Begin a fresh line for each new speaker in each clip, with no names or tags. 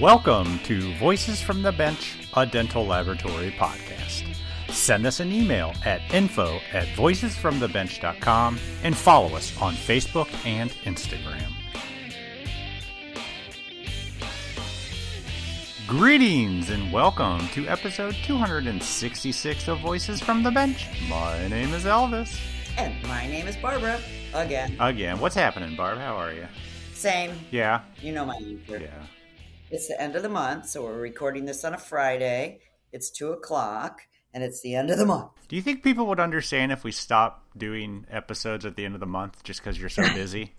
Welcome to Voices from the Bench, a dental laboratory podcast. Send us an email at info at voicesfromthebench.com and follow us on Facebook and Instagram. Greetings and welcome to episode 266 of Voices from the Bench. My name is Elvis.
And my name is Barbara. Again.
Again, what's happening, Barb? How are you?
Same.
Yeah,
You know my answer.
yeah.
It's the end of the month, so we're recording this on a Friday. It's two o'clock, and it's the end of the month.
Do you think people would understand if we stopped doing episodes at the end of the month just because you're so busy?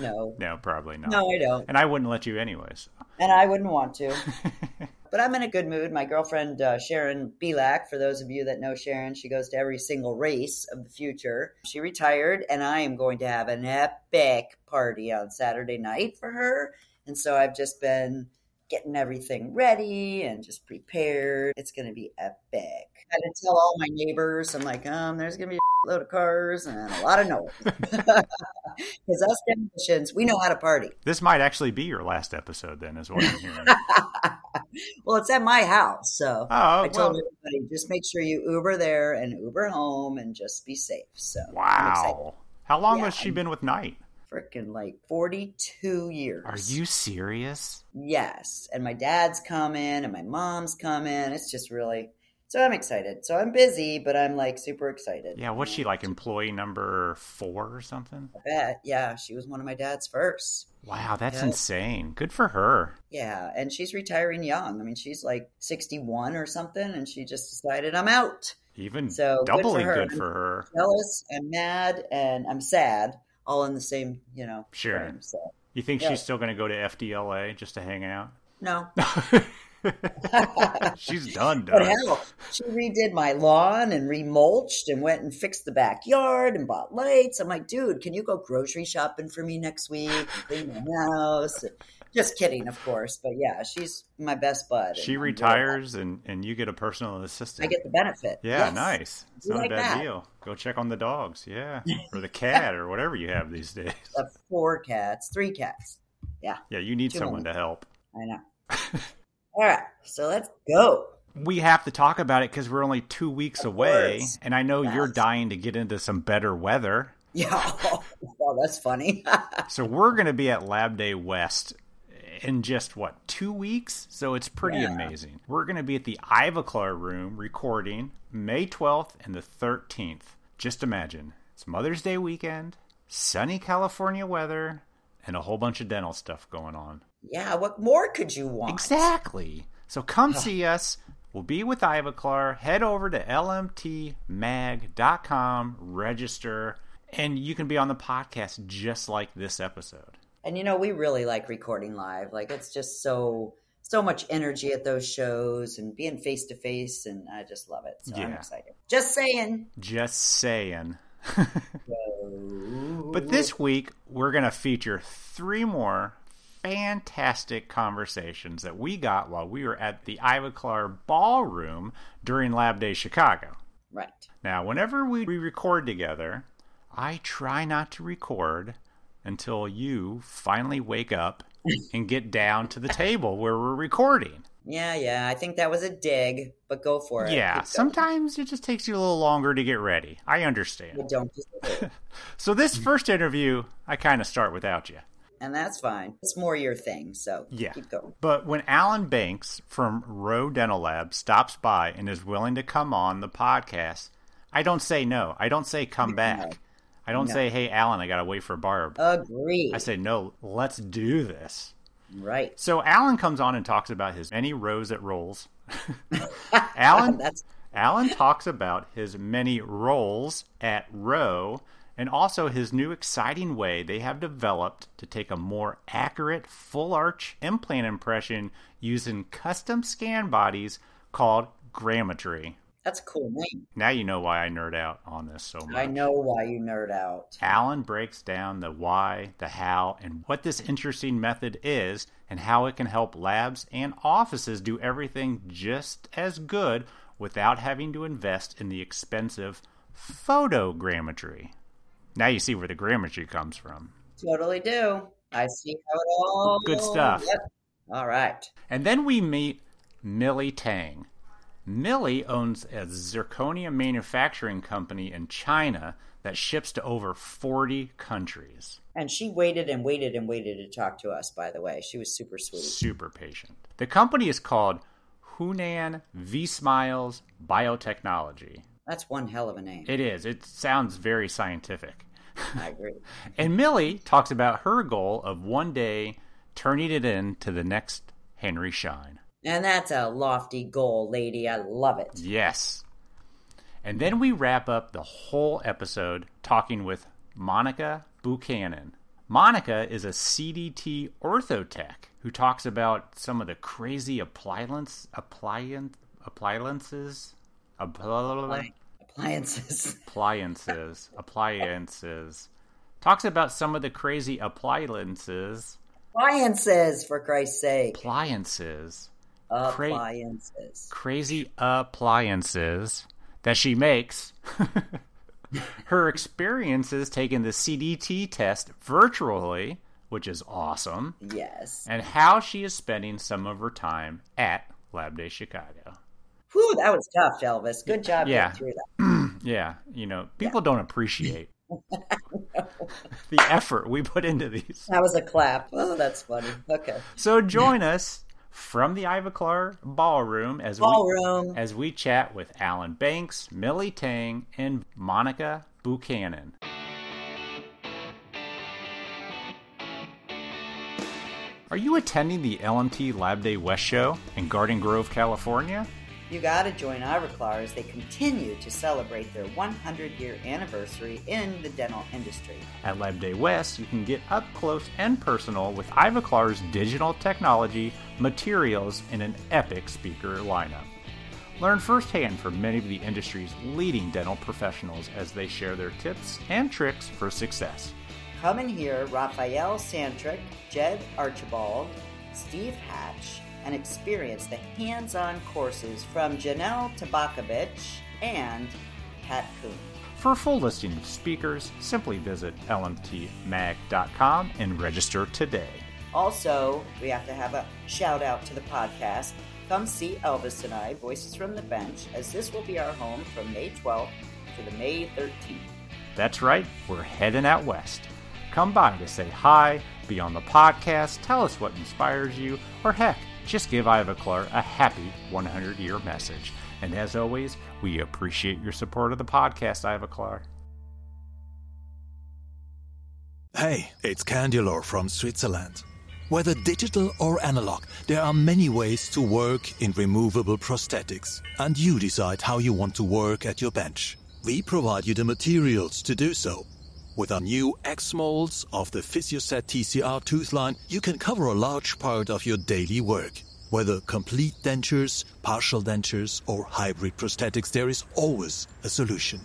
No.
No, probably not.
No, I don't.
And I wouldn't let you anyways.
And I wouldn't want to. but I'm in a good mood. My girlfriend, uh, Sharon Belak, for those of you that know Sharon, she goes to every single race of the future. She retired, and I am going to have an epic party on Saturday night for her. And so I've just been getting everything ready and just prepared. It's going to be epic. I had to tell all my neighbors, I'm like, um, there's going to be a load of cars and a lot of noise. Because us demolitions, we know how to party.
This might actually be your last episode then, is what I'm hearing.
Well, it's at my house, so
Oh,
I told
well,
everybody just make sure you Uber there and Uber home and just be safe. So I'm excited.
wow. How long
Yeah,
has she been with Knight?
Frickin' like 42 years.
Are you serious?
Yes. And my dad's coming and my mom's coming. It's just really so I'm excited. So I'm busy, but I'm like super excited.
Yeah, what's she like, employee number four or something?
I bet. Yeah, she was one of my dad's first.
Wow, that's
Yeah.
insane. Good for her.
Yeah, and she's retiring young. I mean, she's like 61 or something, and she just decided I'm out.
Even
So, good for
doubly
her.
good for her.
jealous, I'm mad, and I'm sad, all in the same, you know.
Sure.
frame, so.
You think
Yeah.
she's still going to go to FDLA just to hang out?
No.
she's done,
But
done.
hell, she redid my lawn and remulched and went and fixed the backyard and bought lights. I'm like, dude, can you go grocery shopping for me next week? And clean my house. Just kidding, of course. But yeah, she's my best bud. and
She
I'm really
retires and, and you get a personal
happy. I
assistant.
get the benefit.
Yeah,
Yes.
nice. It's
You
not
like
a bad
that?
deal. Go check on the dogs, yeah, or the cat or whatever you have these days.
I have four cats, three cats.
Yeah, you need
Too
someone to help.
I know. All right, so let's go.
We have to talk about it because we're only two weeks
Of
away,
course.
and I know you're
Yes.
dying to get into some better weather.
Yeah. well, that's funny.
So we're going to be at Lab Day West in just what two weeks? So it's pretty
Yeah.
amazing. We're going to be at the Ivoclar Room recording May 12th and the 13th. Just imagine it's Mother's Day weekend, sunny California weather, and a whole bunch of dental stuff going on.
Yeah, what more could you want?
Exactly. So come see us. We'll be with Ivoclar. Head over to lmtmag.com, register, and you can be on the podcast just like this episode.
And you know, we really like recording live. Like it's just so so much energy at those shows and being face to face and I just love it. So I'm
Yeah.
excited. Just saying.
Just saying.
So-
But this week, we're going to feature three more fantastic conversations that we got while we were at the Ivoclar Ballroom during Lab Day Chicago.
Right.
Now, whenever we we record together, I try not to record until you finally wake up and get down to the table where we're recording.
Yeah, yeah. I think that was a dig, but go for it.
Yeah, sometimes it just takes you a little longer to get ready. I
I
understand.
don't deserve it.
So, this first interview, I kind of start without you.
and that's fine. It's more your thing, so
Yeah.
keep going.
But when Alan Banks from Roe Dental Lab stops by and is willing to come on the podcast, I don't say no. I don't say come back. I don't
No.
say, hey, Alan, I got to wait for Barb.
Agree.
I say, no, let's do this.
Right.
So Alan comes on and talks about his many rows at rolls. Alan,
That's
Alan talks about his many roles at Roe and also his new exciting way they have developed to take a more accurate full arch implant impression using custom scan bodies called grammetry.
that's a cool name.
Now you know why I nerd out on this so much.
I know why you nerd out.
Alan breaks down the why, the how, and what this interesting method is, and how it can help labs and offices do everything just as good without having to invest in the expensive photogrammetry. Now you see where the grammetry comes from.
Totally do. I see how it all.
Good stuff.
Yep. All right.
And then we meet Millie Tang. Millie owns a zirconia manufacturing company in China that ships to over 40 countries.
And she waited and waited and waited to talk to us, by the way. She was super sweet.
Super patient. The company is called Hunan V Smiles Biotechnology.
That's one hell of a name.
It is. It sounds very scientific.
I agree.
And Millie talks about her goal of one day turning it in to the next Henry Shine.
And that's a lofty goal, lady. I love it.
Yes. And then we wrap up the whole episode talking with Monica Buchanan. Monica is a CDT orthotech who talks about some of the crazy appliance appliance appliances appli-
Appliances.
appliances appliances talks about some of the crazy appliances
Appliances, for Christ's sake.
appliances Cra-
Appliances.
crazy appliances that she makes. Her experiences taking the CDT test virtually, which is awesome,
Yes.
and how she is spending some of her time at Lab Day Chicago.
Whew, that was tough, Elvis. Good job
Yeah.
getting through that.
Yeah, you know, people don't appreciate the effort we put into these.
That was a clap. Oh, that's funny. Okay.
So join us from the Ivoclar Ballroom as we
Ballroom.
as we chat with Alan Banks, Millie Tang, and Monica Buchanan. Are you attending the LMT Lab Day West show in Garden Grove, California?
You got to join Ivoclar as they continue to celebrate their 100 year anniversary in the dental industry.
At Lab Day West, you can get up close and personal with Ivoclar's digital technology, materials, and an epic speaker lineup. Learn firsthand from many of the industry's leading dental professionals as they share their tips and tricks for success.
Come and hear Raphael Santrick, Jed Archibald, Steve Hatch, and experience the hands on courses from Janelle Tabakovich and Pat Kuhn.
For a full listing of speakers, simply visit lmtmag.com and register today.
Also, we have to have a shout out to the podcast. Come see Elvis and I, Voices from the Bench, as this will be our home from May 12th to the May 13th.
That's right, we're heading out west. Come by to say hi, be on the podcast, tell us what inspires you, or heck, just give Ivoclar a happy 100 year message. And as always, we appreciate your support of the podcast, Ivoclar.
Hey, it's Candulor from Switzerland. Whether digital or analog, there are many ways to work in removable prosthetics, and you decide how you want to work at your bench. We provide you the materials to do so. With our new X molds of the Physioset TCR tooth line, you can cover a large part of your daily work. Whether complete dentures, partial dentures, or hybrid prosthetics, there is always a solution.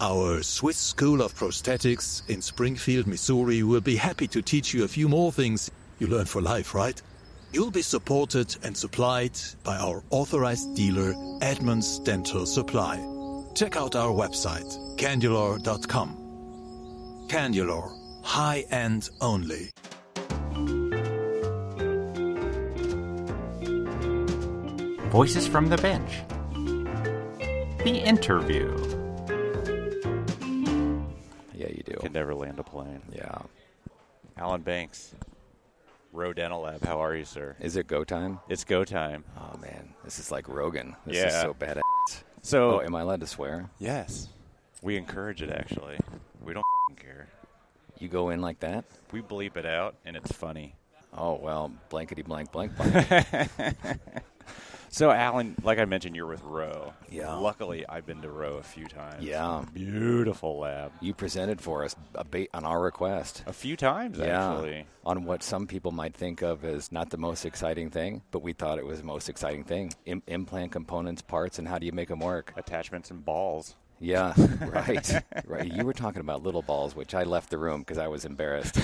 Our Swiss School of Prosthetics in Springfield, Missouri will be happy to teach you a few more things you learn for life, right? You'll be supported and supplied by our authorized dealer, Edmunds Dental Supply. Check out our website, candulor.com. Candulor, high end only.
Voices from the Bench. The interview.
Yeah, you do.
Could never land a plane.
Yeah.
Alan Banks, Roe Dental Lab. How are you, sir?
Is it go time?
It's go time.
Oh man, this is like Rogan. This is
Yeah.
so badass.
So
Oh, am I allowed to swear?
yes, we encourage it. Actually, we don't f***ing care.
You go in like that?
We bleep it out, and it's funny.
Oh well, blankety blank blank blank.
So, Alan, like I mentioned, you're with Roe.
Yeah.
Luckily, I've been to Roe a few times.
Yeah.
Beautiful lab.
you presented for us a bait on our request.
A few times Oh, actually.
On what some people might think of as not the most exciting thing, but we thought it was the most exciting thing. Im- implant components, parts, and how do you make them work?
Attachments and balls.
Yeah, right, right. You were talking about little balls, which I left the room because I was embarrassed.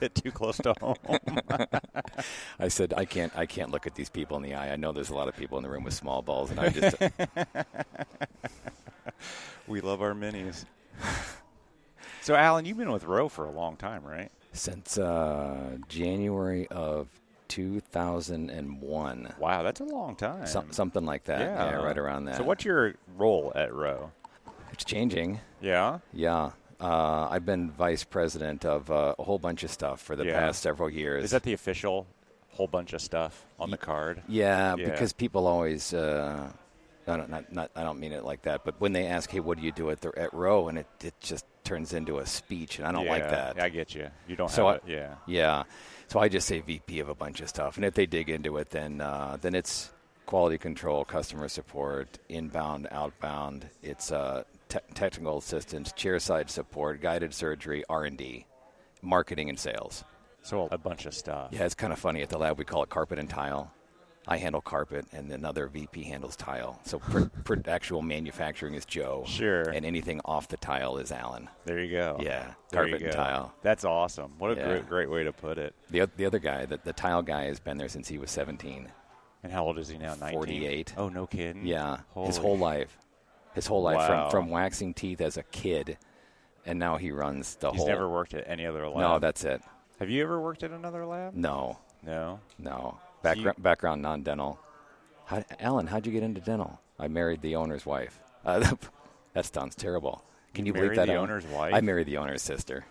Bit too close to home.
I said, I can't, I can't look at these people in the eye. I know there's a lot of people in the room with small balls, and I just,
we love our minis. so, Alan, you've been with Roe for a long time, right?
since uh, January of 2001.
Wow, that's a long time.
Some, something like that. Yeah. right around that.
So, what's your role at Roe?
It's changing.
Yeah.
Yeah. Uh, I've been vice president of uh, a whole bunch of stuff for the
Yeah.
past several years.
Is that the official whole bunch of stuff on the card?
Yeah,
Yeah.
because people always. Uh, I don't not, not I don't mean it like that, but when they ask, "Hey, what do you do at the at row?" and it, it just turns into a speech, and I don't like
Yeah,
that.
I get you. You don't
so I,
have it. Yeah.
yeah. So I just say VP of a bunch of stuff, and if they dig into it, then uh, then it's quality control, customer support, inbound, outbound. It's uh, te- technical assistance, chairside support, guided surgery, R and D, marketing and sales.
So a bunch of stuff.
Yeah, it's kind of funny. At the lab, we call it carpet and tile. I handle carpet, and another VP handles tile. So pr- pr- actual manufacturing is Joe.
Sure.
And anything off the tile is Alan.
There you go.
Yeah,
There
carpet
you
and
go.
tile.
That's awesome. What a
Yeah.
great, great way to put it.
The, oth- the other guy, the, the tile guy, has been there since he was 17.
And how old is he now? 19?
48.
Oh, no kidding.
Yeah, his
Holy
whole life. His whole life
Wow.
from, from waxing teeth as a kid, and now he runs the
He's
whole.
never worked at any other lab.
no, that's it.
Have you ever worked at another lab?
No,
No.
no.
So you-
Background, background non dental. How, Alan, how'd you get into dental? I married the owner's wife. Uh, that sounds terrible. Can you,
married
believe that?
the
out?
owner's wife?
I married the owner's sister.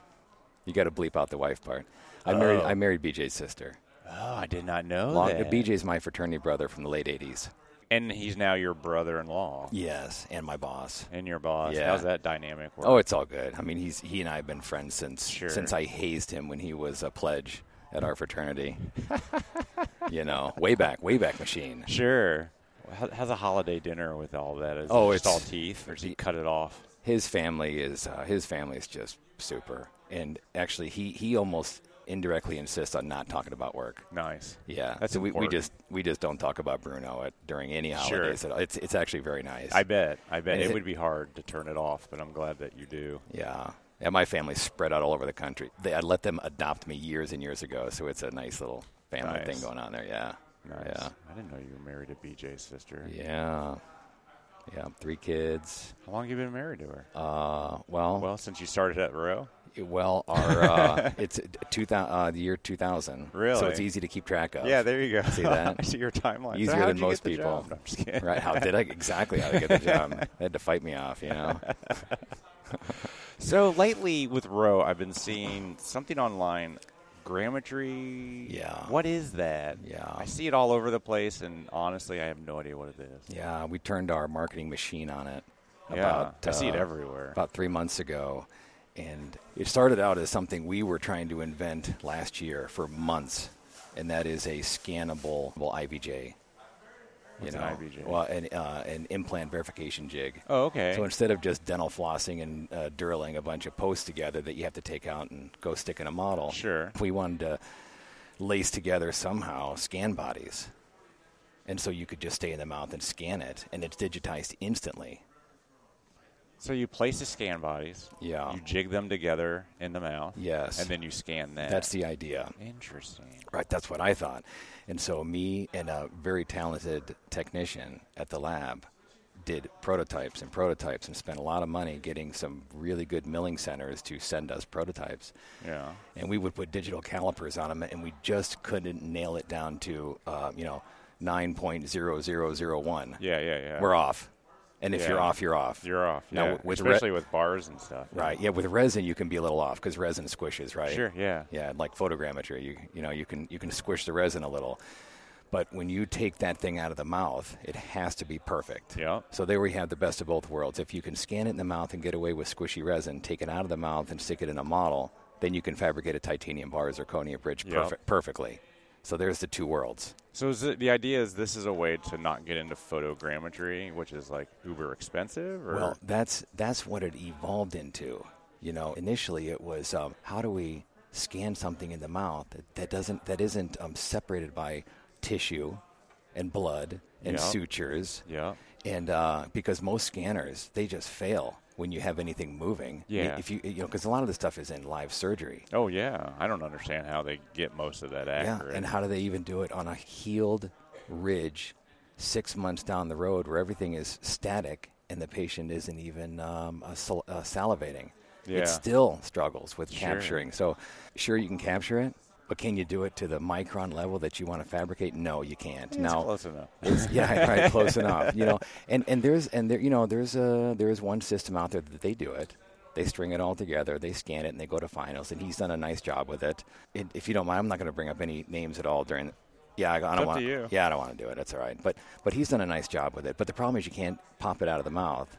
You got to bleep out the wife part. I married. I married BJ's sister.
Oh, I did not know
Long,
that.
BJ's my fraternity brother from the late '80s.
And he's now your brother-in-law
Yes, and my boss.
and your boss.
Yeah.
How's that dynamic work?
Oh, it's all good. I mean, he's he and I have been friends since
Sure.
since I hazed him when he was a pledge at our fraternity. you know, way back, way back machine.
sure. How, how's a holiday dinner with all that? Is
Oh,
it just
it's-
all teeth, or does he cut it off?
His family is uh, his family is just super, and actually, he he almost indirectly insists on not talking about work.
Nice.
Yeah,
that's
so we, we
important.
just we just don't talk about Bruno at, during any holidays. At all. It's it's actually very nice.
I bet. I bet
And
it
it-
would be hard to turn it off, but I'm glad that you do.
yeah. And my family's spread out all over the country. They, I let them adopt me years and years ago, so it's a nice little family
Nice.
thing going on there. Yeah,
Nice.
yeah.
I didn't know you were married to BJ's sister.
Yeah. Yeah, three kids.
How long have you been married to her?
Uh, well, well,
well, since you started at Row.
our uh, it's two thousand uh, the year two thousand. So it's
Really?
easy to keep track of.
Yeah, there you go.
Oh, See that?
I see your timeline. So
Easier
how'd
than
you get
most
the
people.
job? No, I'm just kidding.
Right? How did I exactly how to get the job? They had to fight me off, you know.
So lately with Roe, I've been seeing something online, grammatry.
Yeah.
What is that?
Yeah.
I see it all over the place, and honestly, I have no idea what it is.
Yeah, we turned our marketing machine on it.
Yeah,
About,
I see it
uh,
everywhere.
About three months ago, and it started out as something we were trying to invent last year for months, and that is a scannable well, IVJ.
What's
you
an
know,
IVJ?
well, an, uh, an implant verification jig.
Oh, okay.
So instead of just dental flossing and uh, drilling a bunch of posts together that you have to take out and go stick in a model,
Sure.
we wanted to lace together somehow scan bodies and so you could just stay in the mouth and scan it, and it's digitized instantly.
So you place the scan bodies.
Yeah.
You jig them together in the mouth.
Yes.
And then you scan that.
That's the idea,
interesting.
right? That's what I thought. And so me and a very talented technician at the lab did prototypes and prototypes and spent a lot of money getting some really good milling centers to send us prototypes.
Yeah.
and we would put digital calipers on them, and we just couldn't nail it down to, uh, you know, 9.0001.
Yeah, yeah, yeah.
We're off. And if
Yeah.
you're off, you're off.
You're off.
Now,
yeah.
with re-
Especially with bars and stuff.
Right. Yeah, with resin, you can be a little off because resin squishes, right?
Sure, yeah.
Yeah, like photogrammetry, you, you know, you can, you can squish the resin a little. But when you take that thing out of the mouth, it has to be perfect.
Yep.
So there we have the best of both worlds. If you can scan it in the mouth and get away with squishy resin, take it out of the mouth and stick it in a model, then you can fabricate a titanium bar or zirconia bridge
Yep.
perfect, perfectly. So there's the two worlds.
So is it, the idea is this is a way to not get into photogrammetry, which is like uber expensive? Or?
Well, that's that's what it evolved into. You know, initially it was um, how do we scan something in the mouth that, that doesn't that isn't um, separated by tissue and blood and
Yeah.
sutures.
Yeah.
And uh, because most scanners they just fail when you have anything moving. I mean,
Yeah.
If you you know because a lot of the stuff is in live surgery.
Oh yeah, I don't understand how they get most of that accurate.
Yeah. And how do they even do it on a healed ridge six months down the road where everything is static and the patient isn't even um, uh, sal- uh, salivating?
Yeah.
it still struggles with
Sure.
capturing. So, sure, you can capture it, but can you do it to the micron level that you want to fabricate? No, you can't.
It's
now,
close enough.
it's, yeah, right, close enough. You know, and, and there's and there you know there's a there is one system out there that they do it. They string it all together. They scan it and they go to finals. And he's done a nice job with it. And if you don't mind, I'm not going to bring up any names at all during. Yeah, I, I
up
don't want.
to you.
Yeah, I don't want to do it. That's all right. But but he's done a nice job with it. But the problem is you can't pop it out of the mouth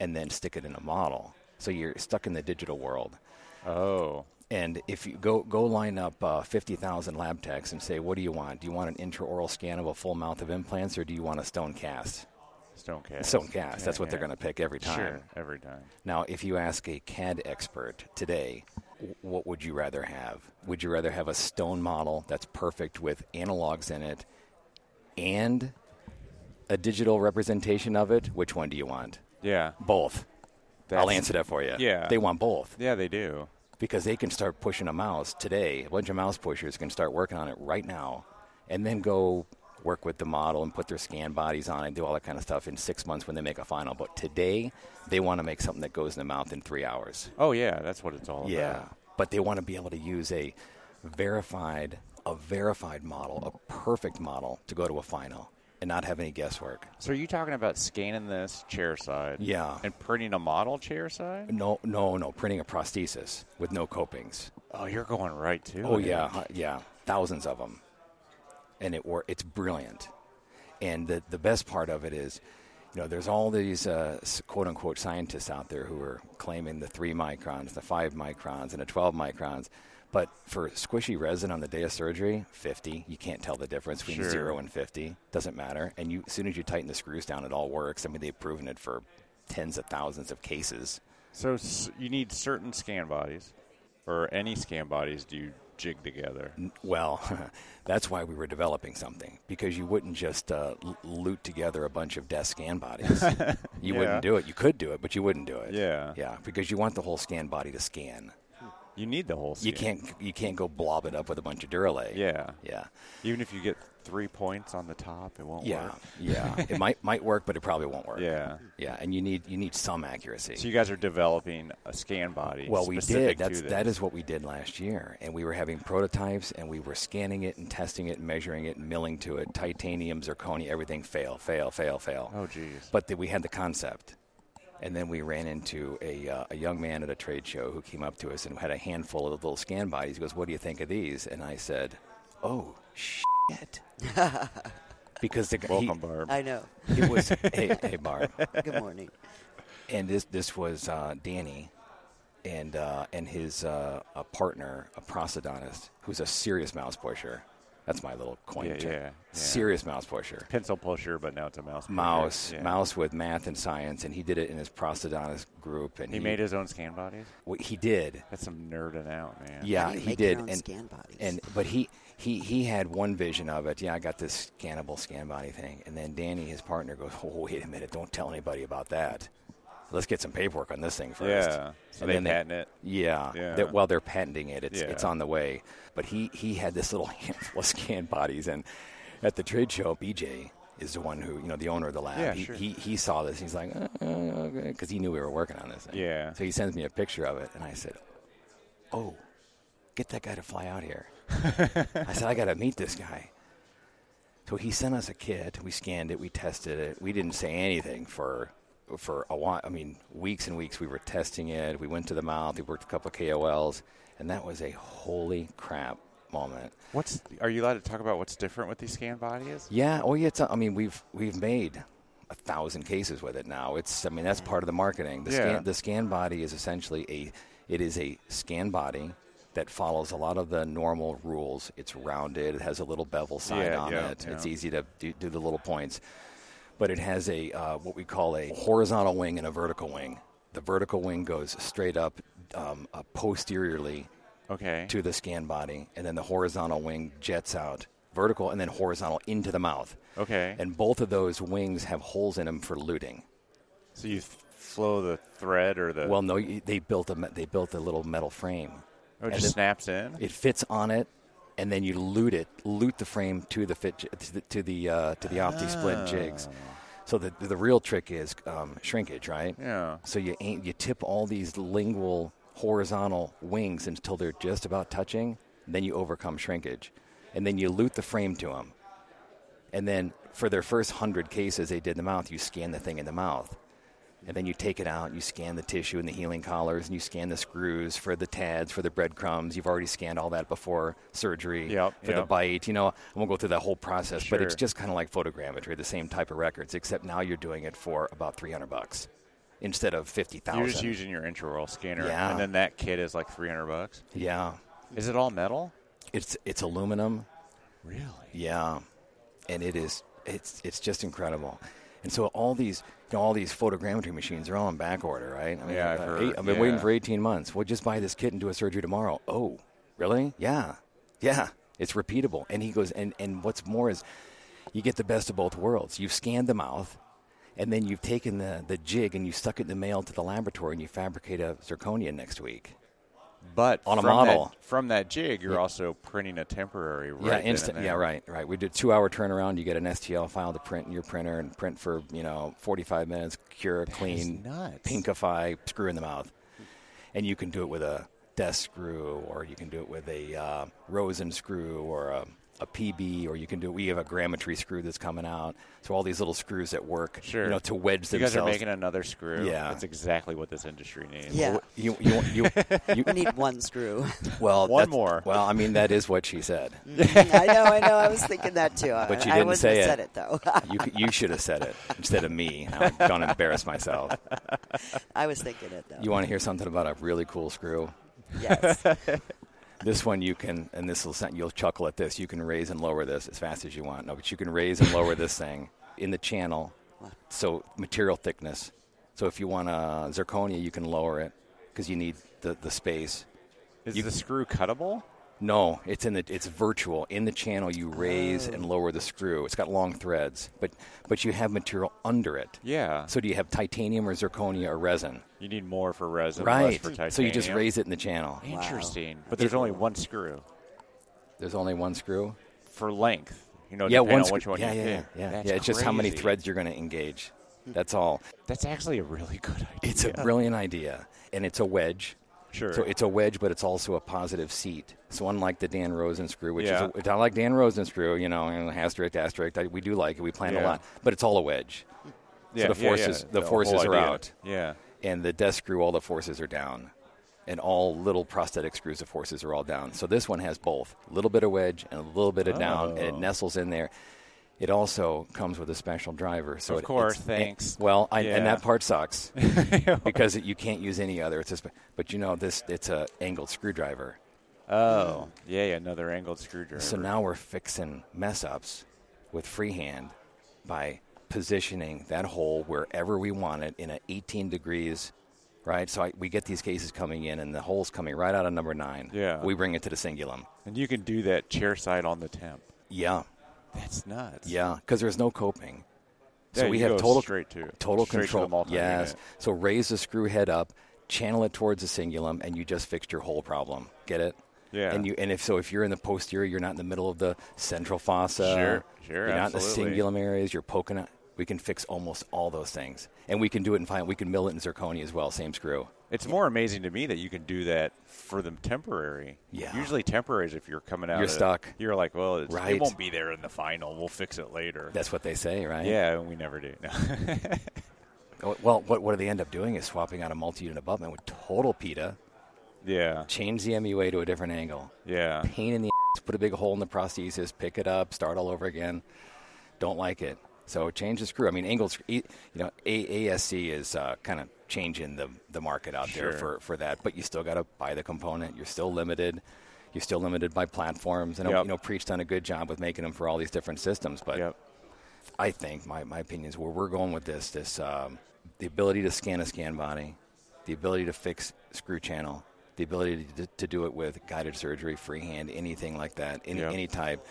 and then stick it in a model. So you're stuck in the digital world.
Oh,
And if you go go line up uh, fifty thousand lab techs and say, what do you want? Do you want an intraoral scan of a full mouth of implants, or do you want a stone cast?
stone cast.
Stone cast. That's what
Yeah,
they're
yeah.
going to pick every time.
Sure, every time.
Now, if you ask a CAD expert today, w- what would you rather have? Would you rather have a stone model that's perfect with analogs in it and a digital representation of it? Which one do you want?
Yeah.
Both. I'll
That's-
answer that for you.
Yeah.
They want both
Yeah, they do.
because they can start pushing a mouse today. A bunch of mouse pushers can start working on it right now, and then go work with the model and put their scan bodies on and do all that kind of stuff in six months when they make a final. But today, they want to make something that goes in the mouth in three hours.
Oh yeah, that's what it's all
Yeah,
about.
but they want to be able to use a verified, a verified model, a perfect model to go to a final and not have any guesswork.
So are you talking about scanning this chair side?
Yeah.
And printing a model chair side?
No, no, no. Printing a prosthesis with no copings.
Oh, you're going right too.
Oh yeah, hu- yeah, thousands of them, and it wor- It's brilliant, and the the best part of it is, you know, there's all these uh, quote unquote scientists out there who are claiming the three microns, the five microns, and the twelve microns, but for squishy resin on the day of surgery, fifty, you can't tell the difference between
Sure.
zero and fifty. Doesn't matter, and you as soon as you tighten the screws down, it all works. I mean, they've proven it for tens of thousands of cases.
So s- you need certain scan bodies, or any scan bodies do you jig together?
Well, that's why we were developing something because you wouldn't just uh, l- loot together a bunch of death scan bodies. you
Yeah.
wouldn't do it. You could do it, but you wouldn't do it.
Yeah.
yeah, because you want the whole scan body to scan.
You need the whole. Scan.
You can't you can't go blob it up with a bunch of Duralay.
Yeah.
yeah,
Even if you get three points on the top, it won't
yeah,
work.
yeah. it might might work, but it probably won't work.
Yeah.
yeah, and you need you need some accuracy.
So you guys are developing a scan body.
Well, we did.
specific
That's
to this.
that is what we did last year, and we were having prototypes, and we were scanning it and testing it, and measuring it, and milling to it. Titanium, zirconia, everything fail, fail, fail, fail.
Oh, geez.
But th- we had the concept, and then we ran into a uh, a young man at a trade show who came up to us and had a handful of little scan bodies. He goes, "What do you think of these?" And I said, "Oh shit." Because the, g- he-
Welcome, Barb.
I know.
it was hey, hey Barb,
Good morning.
and this this was uh, Danny, and uh, and his uh, a partner, a prosthodontist, who's a serious mouse pusher. That's my little coin
Yeah,
term.
yeah, yeah.
Serious mouse pusher.
Pencil pusher, but now it's a mouse. pusher.
Mouse,
Yeah.
mouse with math and science, and he did it in his prosthodontist group. And
He made his own scan bodies.
Well, he did.
That's some nerding out, man.
Yeah,
do you
he
make your
did.
own
and
scan bodies?
and but he he he had one vision of it. Yeah, I got this scannable scan body thing, and then Danny, his partner, goes, "Oh, wait a minute! Don't tell anybody about that. Let's get some paperwork on this thing first.
Yeah. So they patent it.
Yeah.
Yeah.
That- well, they're patenting it. It's
Yeah.
it's on the way. But he he had this little handful of scan bodies, and at the trade show, BJ. Is the one who you know the owner of the lab.
Yeah,
he,
sure.
he he saw this. He's like, because uh, okay, 'cause he knew we were working on this. Thing.
Yeah.
So he sends me a picture of it, and I said, "Oh, get that guy to fly out here. I said, I got to meet this guy. So he sent us a kit. We scanned it. We tested it. We didn't say anything for for a while. I mean, weeks and weeks we were testing it. We went to the mouth. We worked a couple of KOLs, and that was a holy crap moment.
What's? Are you allowed to talk about what's different with these scan bodies?
Yeah. Oh yeah. It's, I mean, we've we've made a thousand cases with it now. It's. I mean, that's part of the marketing. The
Mm. Yeah.
scan the scan body is essentially a. It is a scan body that follows a lot of the normal rules. It's rounded. It has a little bevel side
Yeah,
on
yeah,
it.
yeah.
It's easy to do, do the little points, but it has a uh, what we call a horizontal wing and a vertical wing. The vertical wing goes straight up um, uh, posteriorly
Okay.
to the scan body, and then the horizontal wing jets out vertical and then horizontal into the mouth.
Okay.
And both of those wings have holes in them for looting.
So you th- flow the thread or the
Well, no, you- they built a me- they built a little metal frame.
oh, it
and
just
it-
snaps in.
It fits on it, and then you loot it, loot the frame to the fit, to the to the, uh, to the opti splint jigs. So the the real trick is um, shrinkage, right?
Yeah.
So you aim, you tip all these lingual horizontal wings until they're just about touching. Then you overcome shrinkage, and then you loot the frame to them. And then for their first hundred cases they did in the mouth, you scan the thing in the mouth, and then you take it out. You scan the tissue and the healing collars, and you scan the screws for the tads for the breadcrumbs. You've already scanned all that before surgery
Yep,
for the
yep.
bite. You know, I won't go through that whole process, but it's
Sure.
just kind of like photogrammetry, the same type of records, except now you're doing it for about three hundred bucks instead of fifty
You're just
thousand.
using your intraoral scanner,
Yeah.
and then that kit is like 300 bucks.
Yeah,
Is it all metal?
it's it's aluminum.
Really?
Yeah, and it is it's it's just incredible. And so all these you know, all these photogrammetry machines are all on back order, right? I mean,
Yeah, I've
uh,
heard,
eight- I've been waiting
yeah.
for eighteen months. We'll just buy this kit and do a surgery tomorrow. Oh, really? Yeah, yeah. It's repeatable. And he goes, and and what's more is, you get the best of both worlds. You've scanned the mouth. And then you've taken the, the jig and you stuck it in the mail to the laboratory and you fabricate a zirconia next week.
But
On a
from that-
model.
from that jig, you're also printing a temporary. Right
yeah,
then and
instant.
there.
Yeah, right, right. We did two hour turnaround. You get an STL file to print in your printer and print for you know forty five minutes, cure, clean,
nuts.
pinkify, screw in the mouth, and you can do it with a desk screw, or you can do it with a uh, Rosen screw, or a, a PB, or you can do. We have a grammetry screw that's coming out. So all these little screws that work,
Sure.
you know, to wedge
You
themselves.
guys are making another screw.
Yeah.
That's exactly what this industry needs.
Yeah.
you, you, you, you,
We need one screw.
well,
One
that's-
more. Mm.
Well, I mean, that is what she said.
I know, I know. I was thinking that too.
But you
I, I
didn't
wouldn't
say
have
it.
said it though.
You, you should have said it instead of me. Now I'm going to embarrass myself.
I was thinking it though.
You want to hear something about a really cool screw?
yes.
This one you can, and this will sound, you'll chuckle at this. You can raise and lower this as fast as you want. No, but you can raise and lower this thing in the channel. So material thickness. So if you want a zirconia, you can lower it because you need the, the space.
Is
You-
the screw cuttable?
No, it's in the it's virtual. In the channel, you raise
Oh.
and lower the screw. It's got long threads, but but you have material under it.
Yeah.
So do you have titanium or zirconia or resin?
You need more for resin, less
Right.
for titanium.
So you just raise it in the channel.
Interesting. But there's only one screw
There's only one screw.
for length. You know,
yeah,
depending
one
on which
screw-
one
yeah,
you
yeah, yeah,
pick.
yeah.
That's
yeah it's just how many
crazy.
threads you're going to engage. That's all.
That's actually a really good idea.
It's a brilliant idea, and it's a wedge.
Sure.
So it's a wedge, but it's also a positive seat. So unlike the Dan Rosen screw, which
Yeah.
is a, it's not like Dan Rosen screw, you know, and asterisk asterisk. I, we do like it. We plan a
Yeah.
lot, but it's all a wedge,
yeah,
the
yeah, yeah.
forces- the
whole
forces are
idea.
out.
Yeah.
and the desk screw, all the forces are down, and all little prosthetic screws, the forces are all down. So this one has both a little bit of wedge and a little bit of down, and it
Oh.
nestles in there. It also comes with a special driver. So
Of
it-
course,
it's-
thanks.
well, I,
Yeah.
and that part sucks because it, you can't use any other. It's just, but you know this. It's a angled screwdriver.
Oh. Yeah, yeah, another angled screwdriver.
So now we're fixing mess ups with freehand by positioning that hole wherever we want it in a 18 degrees, right? So I, we get these cases coming in, and the hole's coming right out of number nine.
Yeah.
We bring it to the singulum.
and you can do that chair side on the temp.
Yeah,
That's nuts.
yeah, because there's no coping. So
Yeah,
we
you
have
go
total
straight to-
total
straight to the
control.
multi-unit.
yes. So raise the screw head up, channel it towards the cingulum, and you just fixed your whole problem. Get it?
Yeah.
And you and if so, if you're in the posterior, you're not in the middle of the central fossa.
Sure, sure,
You're not in
absolutely.
the cingulum areas. You're poking. Out. We can fix almost all those things, and we can do it in fine. We can mill it in zirconia as well. Same screw.
It's more amazing to me that you can do that for them temporary.
Yeah.
Usually temporaries, if you're coming out,
You're
of-
stuck.
You're like, well, it's,
Right.
it won't be there in the final. We'll fix it later.
That's what they say, right? Oh,
yeah, and we never do. No.
Well, what what do they end up doing is swapping out a multi-unit abutment with total PETA,
yeah,
change the MUA to a different angle.
yeah.
pain in the ass, put a big hole in the prosthesis, pick it up, start all over again. Don't like it. So change the screw. I mean, angled, screw- you know, A- ASC is uh, kind of changing the, the market out there
Sure.
for, for that, but you still got to buy the component. You're still limited. You're still limited by platforms. And,
Yep.
you know, Preach done a good job with making them for all these different systems, but
Yep.
I think my, my opinion is where we're going with this this um, the ability to scan a scan body, the ability to fix screw channel, the ability to, to do it with guided surgery, freehand, anything like that, any,
Yeah.
any type,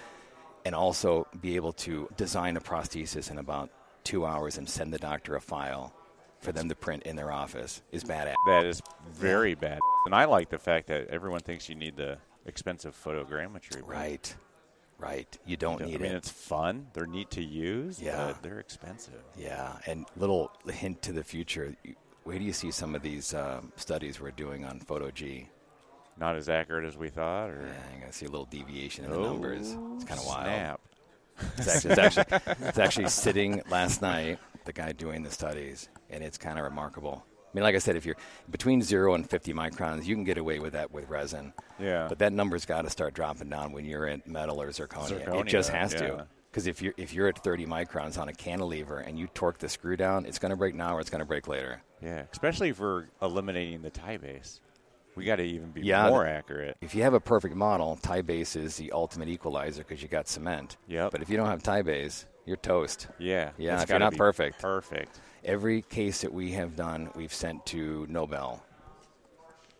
and also be able to design a prosthesis in about two hours and send the doctor a file for them to print in their office is badass.
That is very bad. And I like the fact that everyone thinks you need the expensive photogrammetry. but
Right. right? You don't need
I mean,
it.
it's fun. They're neat to use.
Yeah.
but they're expensive.
Yeah, and little hint to the future. you- Where do you see some of these um, studies we're doing on photo G?
Not as accurate as we thought. Or
Yeah, you're gonna see a little deviation in the numbers. It's kind of wild.
Oh, Snap.
It's actually, it's actually, it's actually sitting last night. The guy doing the studies, and it's kind of remarkable. I mean, like I said, if you're between zero and 50 microns, you can get away with that with resin.
Yeah.
But that number's got to start dropping down when you're at metal or zirconia.
Zirconia,
it just has
yeah.
to. Because if you're if you're at 30 microns on a cantilever and you torque the screw down, it's going to break now or it's going to break later.
Yeah, especially for eliminating the tie base. We got to even be
Yeah,
more
th-
accurate.
If you have a perfect model, tie base is the ultimate equalizer because you got cement.
Yep.
But if you don't have tie base, you're toast.
Yeah.
Yeah.
it's
if you're
gotta
not
be
perfect,
Perfect.
every case that we have done, we've sent to Nobel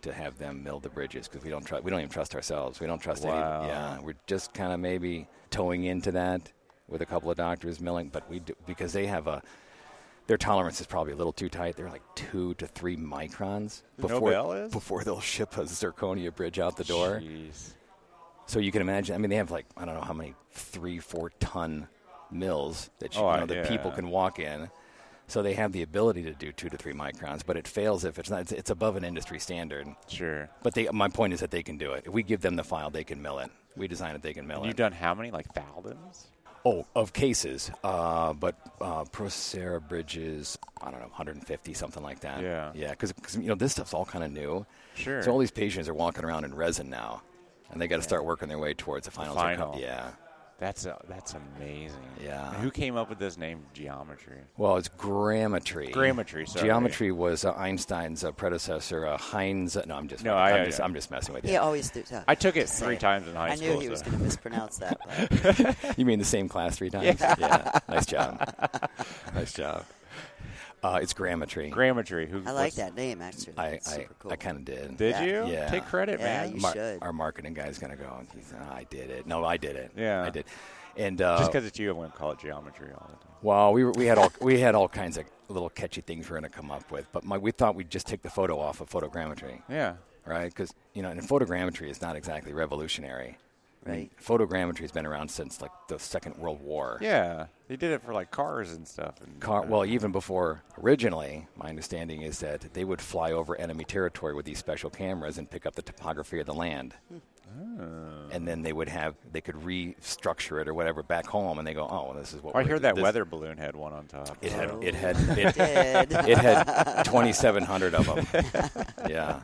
to have them mill the bridges because we don't trust. We don't even trust ourselves. We don't trust. any-
Wow.
yeah, we're just kind of maybe towing into that with a couple of doctors milling, but we do, because they have a. Their tolerance is probably a little too tight. They're like two to three microns
Nobel is?
before they'll ship a zirconia bridge out the door.
Jeez.
So you can imagine. I mean, they have like I don't know how many three, four ton mills that you,
Oh,
know
I-
that people
yeah.
can walk in. So they have the ability to do two to three microns, but it fails if it's not. It's, it's above an industry standard.
Sure.
But they, my point is that they can do it. If we give them the file, they can mill it. We design it, they can mill
You've
it.
done how many? Like thousands?
oh, of cases, uh, but uh, Procera bridges, I don't know, 150 something like that.
Yeah.
yeah, because you know this stuff's all kind of new.
Sure.
So all these patients are walking around in resin now, and they got to start working their way towards the finals. They're co-
final.
Yeah.
That's a, that's amazing.
Yeah.
And who came up with this name, geometry?
Well, it's grammetry.
Grammetry, sorry.
Geometry was uh, Einstein's uh, predecessor, uh, Heinz. No, I'm just.
No,
I'm,
I-
just
I-
I'm just messing with
He
you.
always do that.
I took it
Just
three
saying.
times in high
I
school.
knew he
so-
was going to mispronounce that. but-
You mean the same class three times? Yeah. Nice job. nice job. Uh, it's grammetry.
Grammetry. Who?
I like
what's-
that name actually.
I
That's
I,
super cool.
I kind of did.
Did
Yeah.
you?
Yeah.
Take credit,
Yeah,
man.
you
Mar-
should.
Our marketing guy's gonna go. and he's, "Ah, I did it. No, I did it.
Yeah.
I did. And uh,
Just because it's you, I wouldn't call it geometry all the time.
Well, we, were, we had all we had all kinds of little catchy things we were going to come up with, but my, we thought we'd just take the photo off of photogrammetry,
Yeah.
right? Because you know, and photogrammetry is not exactly revolutionary. I mean, photogrammetry has been around since like the Second World War.
Yeah. They did it for like cars and stuff. And,
Car, well, even before originally, my understanding is that they would fly over enemy territory with these special cameras and pick up the topography of the land.
Hmm.
And then they would have they could restructure it or whatever back home, and they go, oh, well, this is what
I
we're-
heard that
this-
weather balloon had one on top.
It had
Oh.
it had it,
Did.
It had 2,700 of them. Yeah.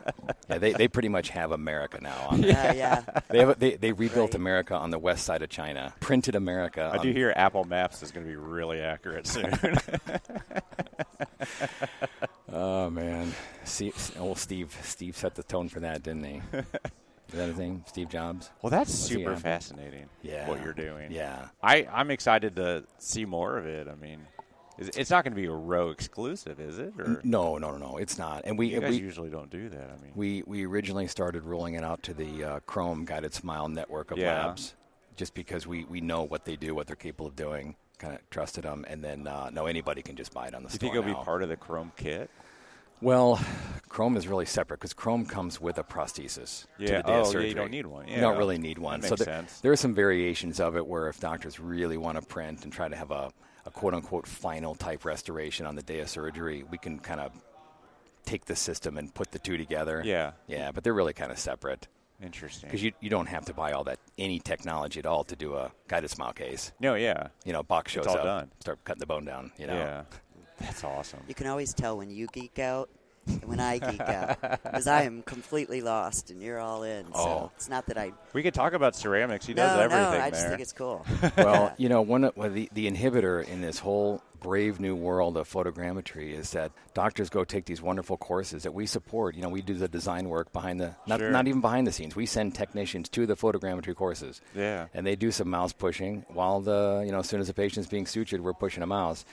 yeah they, they pretty much have America now. On there.
Yeah, yeah.
They, have, they, they rebuilt
Right.
America on the west side of China, printed America.
I do
on-
hear Apple Maps is going to be really accurate soon.
Oh, man. See, old Steve Steve set the tone for that, didn't he? Is that a thing? Steve Jobs?
well, that's
Let's see,
super
yeah.
fascinating.
Yeah.
What you're doing.
Yeah.
I, I'm excited to see more of it. I mean, is, it's not going to be a row exclusive, is it? Or
No, no, no, no. It's not. And we,
you guys
we,
usually don't do that. I mean,
We we originally started rolling it out to the uh, Chrome Guided Smile network of
Yeah.
labs, just because we, we know what they do, what they're capable of doing, kind of trusted them, and then uh, no anybody can just buy it on the
do you
store
think it'll
now.
be part of the Chrome kit?
well, Chrome is really separate because Chrome comes with a prosthesis. to the
Yeah.
day of
Oh, yeah, you
surgery.
don't need one.
You don't
Yeah.
really need one.
That
so
makes
there,
sense.
there are some variations of it where if doctors really want to print and try to have a, a quote unquote final type restoration on the day of surgery, we can kind of take the system and put the two together.
Yeah.
Yeah, but they're really kind of separate
Interesting.
because you, you don't have to buy all that any technology at all to do a guided smile case.
no, yeah.
You know, box shows
all
up,
done.
start cutting the bone down. You know,
Yeah. That's awesome.
You can always tell when you geek out and when I geek out because I am completely lost and you're all in. So
Oh.
it's not that I.
We could talk about ceramics. He does
no,
everything
no, I
there.
just think it's cool.
well, you know, one of well, the the inhibitor in this whole brave new world of photogrammetry is that doctors go take these wonderful courses that we support. You know, we do the design work behind the not
Sure.
not even behind the scenes. We send technicians to the photogrammetry courses.
Yeah.
and they do some mouse pushing while the you know as soon as the patient's being sutured, we're pushing a mouse.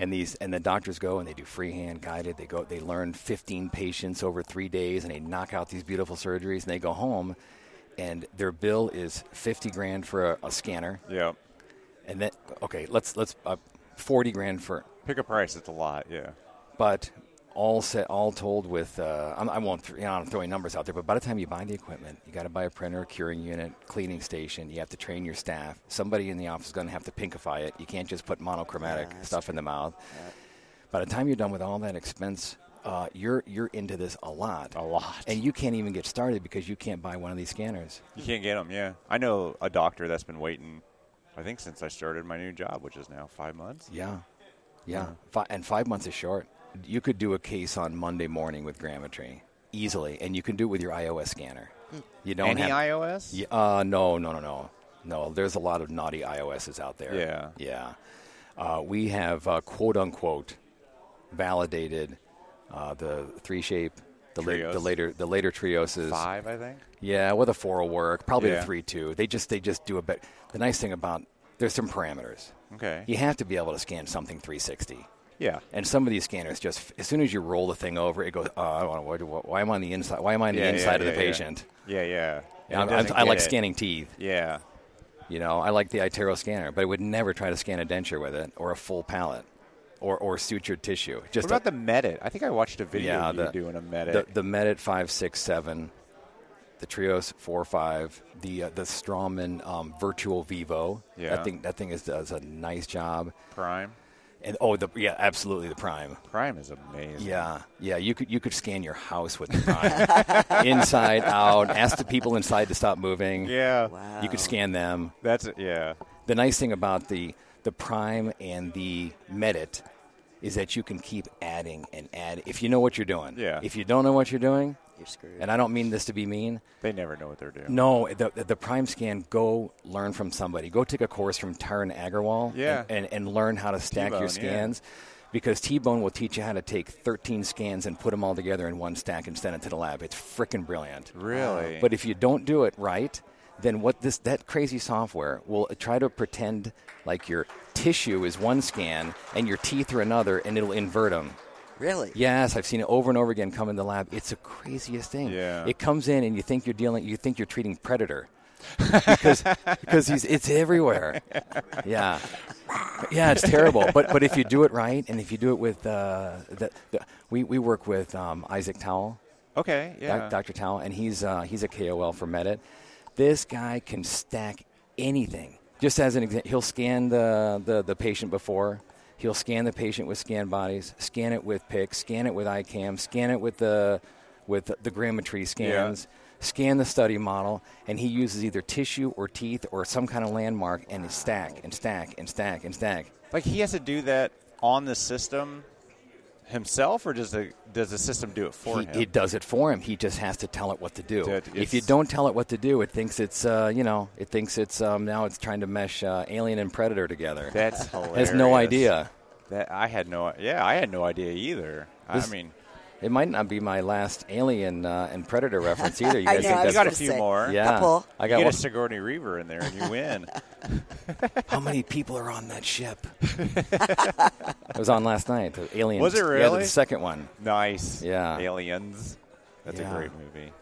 And these and the doctors go and they do freehand guided. They go they learn 15 patients over three days and they knock out these beautiful surgeries and they go home. And their bill is 50 grand for a, a scanner,
yeah.
and then okay, let's let's uh, forty grand for,
Pick a price. It's a lot. Yeah.
but all set, all told with, uh, I'm, I won't, th- you know, I'm throwing numbers out there, but by the time you buy the equipment, you got to buy a printer, curing unit, cleaning station. You have to train your staff. Somebody in the office is going to have to pinkify it. You can't just put monochromatic stuff in the mouth. By the time you're done with all that expense, uh, you're you're into this a lot,
A lot.
and you can't even get started because you can't buy one of these scanners.
You can't get them. Yeah, I know a doctor that's been waiting. I think since I started my new job, which is now five months.
Yeah, yeah. Fi- and five months is short. You could do a case on Monday morning with Grammetry easily, and you can do it with your iOS scanner. You don't
Hmm. Any
have
iOS?
Yeah, uh, no, no, no, no, no. There's a lot of naughty iOSs out there.
Yeah.
yeah. Uh, we have uh, quote unquote validated uh, the three shape, the, la-
Trios.
the later, the later trioses.
Five, I think.
Yeah, with a four will work. Probably a
Yeah.
three two. They just they just do a bit. The nice thing about there's some parameters.
Okay.
You have to be able to scan something 360.
Yeah.
And some of these scanners just as soon as you roll the thing over, it goes. Oh, I don't know, why, why am I on the inside? Why am I on
Yeah,
the
yeah,
inside of the
yeah, yeah.
patient?
Yeah, yeah.
And
It
I'm- I'm-
doesn't
I
get
like
it.
scanning teeth.
Yeah.
You know, I like the iTero scanner, but I would never try to scan a denture with it or a full palate or, or sutured tissue.
What
Just
about
a,
the Medit? I think I watched a video
yeah,
of you
the,
doing a Medit.
The, the Medit 567, the Trios 45, the uh, the Strawman um, Virtual Vivo.
Yeah.
That thing, that thing is, does a nice job.
Prime.
And oh, the, yeah, absolutely the Prime.
Prime is amazing.
Yeah, yeah, you could you could scan your house with the Prime, inside out. Ask the people inside to stop moving.
Yeah.
Wow.
You could scan them.
That's it. Yeah.
The nice thing about the the prime and the medit is that you can keep adding and add if you know what you're doing.
Yeah.
If you don't know what you're doing,
You're screwed.
and I don't mean this to be mean,
They never know what they're doing.
no, the the prime scan go learn from somebody. Go take a course from Taran Agarwal
Yeah.
and, and, and learn how to stack
T-Bone, yeah.
your scans. Because T-Bone will teach you how to take 13 scans and put them all together in one stack and send it to the lab. It's freaking brilliant.
Really?
But if you don't do it right, then what this that crazy software will try to pretend like your tissue is one scan and your teeth are another, and it'll invert them.
really?
Yes, I've seen it over and over again come in the lab. It's the craziest thing.
Yeah.
It comes in and you think you're dealing you think you're treating predator. because because he's it's everywhere. Yeah. Yeah, it's terrible. But but if you do it right and if you do it with uh the, the we, we work with um, Isaac Towell.
Okay.
Doc-
Yeah.
Dr. Towell, and he's uh, he's a KOL for Medit. This guy can stack anything. Just as an example, he'll scan the, the, the patient before. He'll scan the patient with scan bodies, scan it with PIC, scan it with ICAM, scan it with the with the grammetry scans, scan the study model, and he uses either tissue or teeth or some kind of landmark and stack and stack and stack and stack.
like he has to do that on the system himself, or does the does the system do it for
he,
him?
it does it for him. He just has to tell it what to do.
That
if you
it's-
don't tell it what to do, it thinks it's uh, you know it thinks it's um, now it's trying to mesh uh, alien and predator together.
That's hilarious.
has no idea.
That I had no. Yeah, I had no idea either.
This-
I mean,
It might not be my last alien uh, and predator reference either. You
I
guys
know,
think
I
you
was
that's
got a
gonna
few
say,
more.
yeah?
Couple.
I
you
got
get
one.
a Sigourney Reaver in there and you win.
How many people are on that ship? it was on last night. The aliens.
Was it
Yeah,
really?
the second one.
nice.
Yeah.
Aliens. That's
Yeah.
a great movie.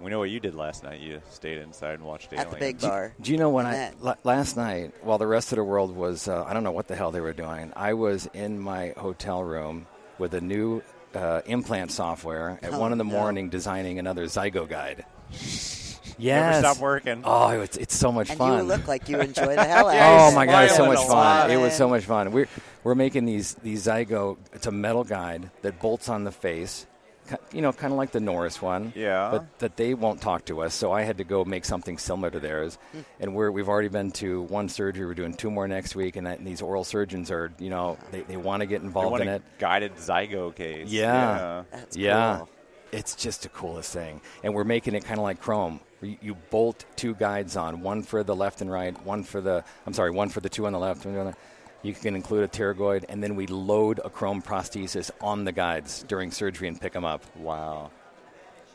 We know what you did last night. You stayed inside and watched
At
Aliens.
the big bar.
Do you know when I
Matt.
la last night, while the rest of the world was, uh, I don't know what the hell they were doing. I was in my hotel room with a new uh, implant software at
Oh,
one in the
no.
morning, designing another Zygo guide.
Never
yes.
stopped working.
Oh, it's it's so much
And
fun.
you look like you enjoy the hell out of
Yeah,
Oh
it.
my god, it's so
smiling
much
a
fun!
lot.
It was so much fun. We're we're making these these Zygo. It's a metal guide that bolts on the face, ki- you know, kind of like the Norris one.
Yeah.
But that they won't talk to us, so I had to go make something similar to theirs.
Hmm.
And we're we've already been to one surgery. We're doing two more next week, and, that, and these oral surgeons are, you know, they they want to get
I
involved
want
in
a
it.
guided Zygo case.
Yeah.
That's
yeah.
cool.
It's just the coolest thing. And we're making it kind of like Chrome. where You, you bolt two guides on, one for the left and right, one for the, I'm sorry, one for the two on the left. one on the- You can include a pterygoid, and then we load a Chrome prosthesis on the guides during surgery and pick them up.
Wow.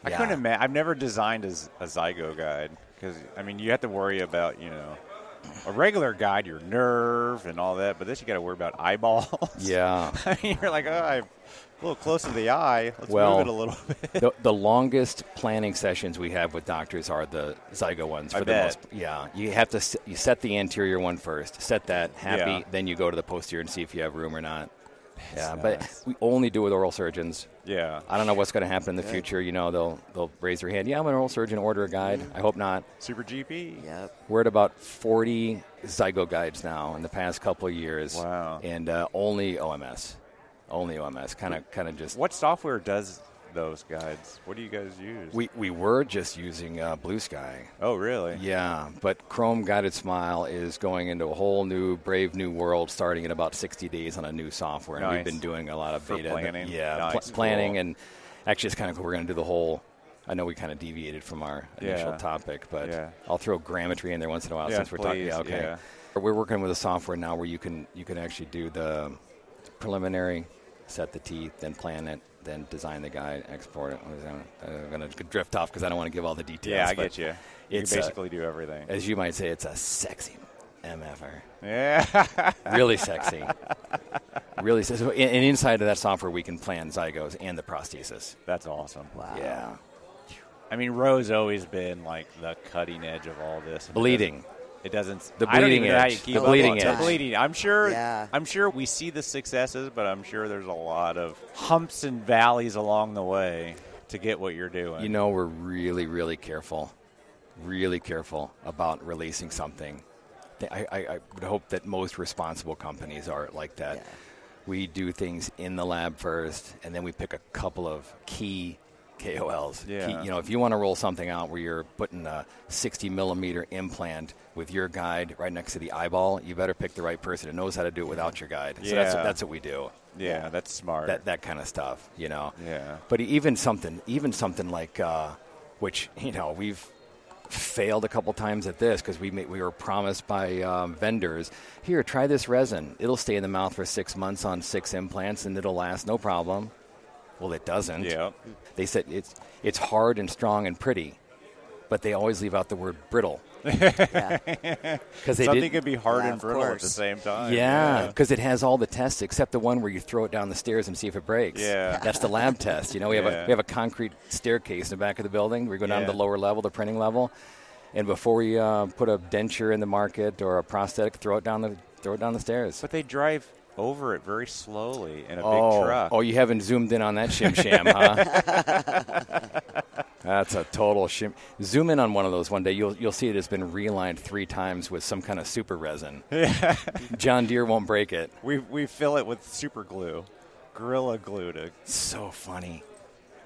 I
Yeah.
couldn't imagine. I've never designed a, z- a Zygo guide because I mean you have to worry about you know a regular guide, your nerve and all that, but this you got to worry about eyeballs.
Yeah.
you're like, oh, I'm a little close to the eye. Let's
Well-
move it a little bit.
the, the longest planning sessions we have with doctors are the zygo ones
I
for the
bet.
most yeah you have to s- you set the anterior one first set that happy
Yeah.
then you go to the posterior and see if you have room or not Yeah, but we only do with oral surgeons.
Yeah.
I don't know what's going to happen in the future. You know, they'll they'll raise their hand. Yeah, I'm an oral surgeon. Order a guide. I hope not.
Super GP.
Yep.
We're at about 40 zygo guides now in the past couple of years.
Wow.
And uh, only OMS, only OMS. Kind of kind of just
What software does those guides? What do you guys use?
we we were just using uh, Blue Sky.
oh, really?
Yeah, but Chrome Guided Smile is going into a whole new, brave new world starting in about 60 days on a new software. And we've
Nice.
been doing a lot of
For
beta.
planning?
Yeah,
Nice,
pl-
cool.
planning. And actually, it's kind of cool. We're going to do the whole. I know we kind of deviated from our initial
Yeah.
topic, but
Yeah.
I'll throw grammetry in there once in a while
Yeah,
since we're talking.
please,
okay. We're working with a software now where you can you can actually do the preliminary, set the teeth, then plan it, then design the guide, export it. I'm going to drift off because I don't want to give all the details.
Yeah, I
but
get you. You
It's uh,
basically do everything.
as you might say, it's a sexy MFR.
Yeah.
Really sexy. really sexy. And and inside of that software, we can plan zygos and the prosthesis.
That's awesome.
Wow.
Yeah.
I mean, Roe's always been like the cutting edge of all this. and it
Bleeding.
doesn't- It doesn't.
The
I don't even
bleeding
know how
edge.
you keep
The
up
bleeding
with the
edge.
bleeding. I'm sure.
Yeah.
I'm sure we see the successes, but I'm sure there's a lot of humps and valleys along the way to get what you're doing.
You know, we're really, really careful, really careful about releasing something. Th- I, I, I would hope that most responsible companies are like that.
Yeah.
We do things in the lab first, and then we pick a couple of key KOLs. Key-
Yeah.
you know, if you want to roll something out where you're putting a 60 millimeter implant with your guide right next to the eyeball, you better pick the right person who knows how to do it without your guide. So that's,
Yeah.
that's what we do
yeah, that's smart.
that that kind of stuff, you know.
Yeah.
But even something, even something like, uh, which you know we've failed a couple times at this because we made, we were promised by um, vendors, here try this resin, it'll stay in the mouth for six months on six implants and it'll last no problem. Well, it doesn't.
Yep.
They said it's it's hard and strong and pretty, but they always leave out the word brittle
Yeah.
because they
Something
didn't-
could be hard
Yeah,
and
of
brittle at the
course.
same time.
Yeah, because it has all the tests except the one where you throw it down the stairs and see if it breaks.
Yeah.
that's the lab test. You know, we have
Yeah.
a we have a concrete staircase in the back of the building. We go down to
Yeah.
the lower level, the printing level, and before we uh, put a denture in the market or a prosthetic, throw it down the throw it down the stairs.
But they drive over it very slowly in a
oh,
big truck.
oh, you haven't zoomed in on that shim sham, huh? That's a total shim. Zoom in on one of those one day. You'll you'll see it has been relined three times with some kind of super resin. John Deere won't break it.
We we fill it with super glue, gorilla glue to
so funny.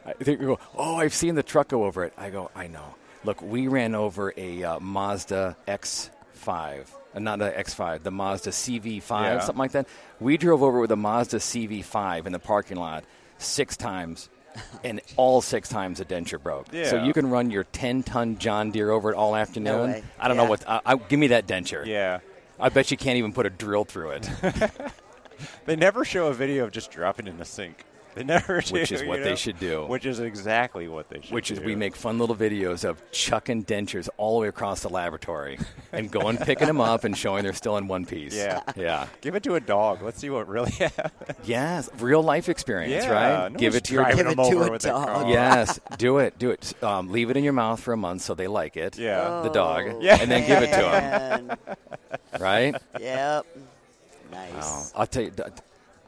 I think we go, oh, I've seen the truck go over it. I go, I know. Look, we ran over a uh, Mazda X5, uh, not the X5, the Mazda CV5,
Yeah.
something like that. We drove over it with a Mazda CV5 in the parking lot six times, and all six times a denture broke. So
Yeah.
you can run your 10 ton John Deere over it all afternoon.
way.
I don't know
Yeah.
what. uh, I, I, give me that denture.
yeah.
I bet you can't even put a drill through it,
They never show a video of just dropping in the sink. They never do.
Which is
you
what they
know?
should do.
Which is exactly what they should
which
do.
is we make fun little videos of chucking dentures all the way across the laboratory and going picking them up and showing they're still in one piece.
Yeah.
Yeah.
Give it to a dog. Let's see what really happens.
Yes. Real life experience,
Yeah,
right?
no
Give
one's
it to your
driving
Give
them
it to
over
a
with their
dog.
car.
Yes, do it. Do it. Um, leave it in your mouth for a month so they like it.
Yeah.
The dog.
Oh,
Yeah.
And then give it to them,
man.
right?
Yep. Nice.
Oh, I'll tell you. d-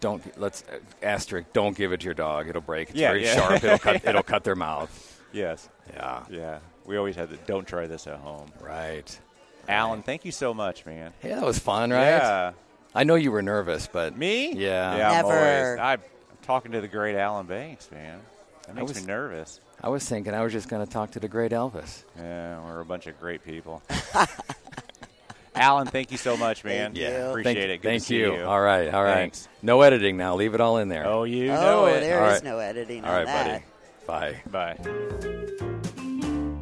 Don't let's uh, asterisk. Don't give it to your dog. It'll break. It's
Yeah,
very
yeah.
sharp. It'll cut. It'll cut their mouth.
Yes.
Yeah.
Yeah. We always had the don't try this at home.
Right.
Alan, thank you so much, man.
Hey, that was fun, right?
Yeah.
I know you were nervous, but
Me?
Yeah.
Yeah. I'm
Never.
always- I'm talking to the great Alan Banks, man. That makes
was-
me nervous.
I was thinking I was just going to talk to the great Elvis.
Yeah, we're a bunch of great people. Alan, thank you so much, man.
Thank Yeah. you.
appreciate
Thank-
it. Good
thank
to see
you.
you.
All right, all right.
Thanks.
No editing now. Leave it all in there.
Oh, you
Oh,
know it.
there
All
is
right.
no editing
all
on
right,
that.
buddy. Bye.
Bye.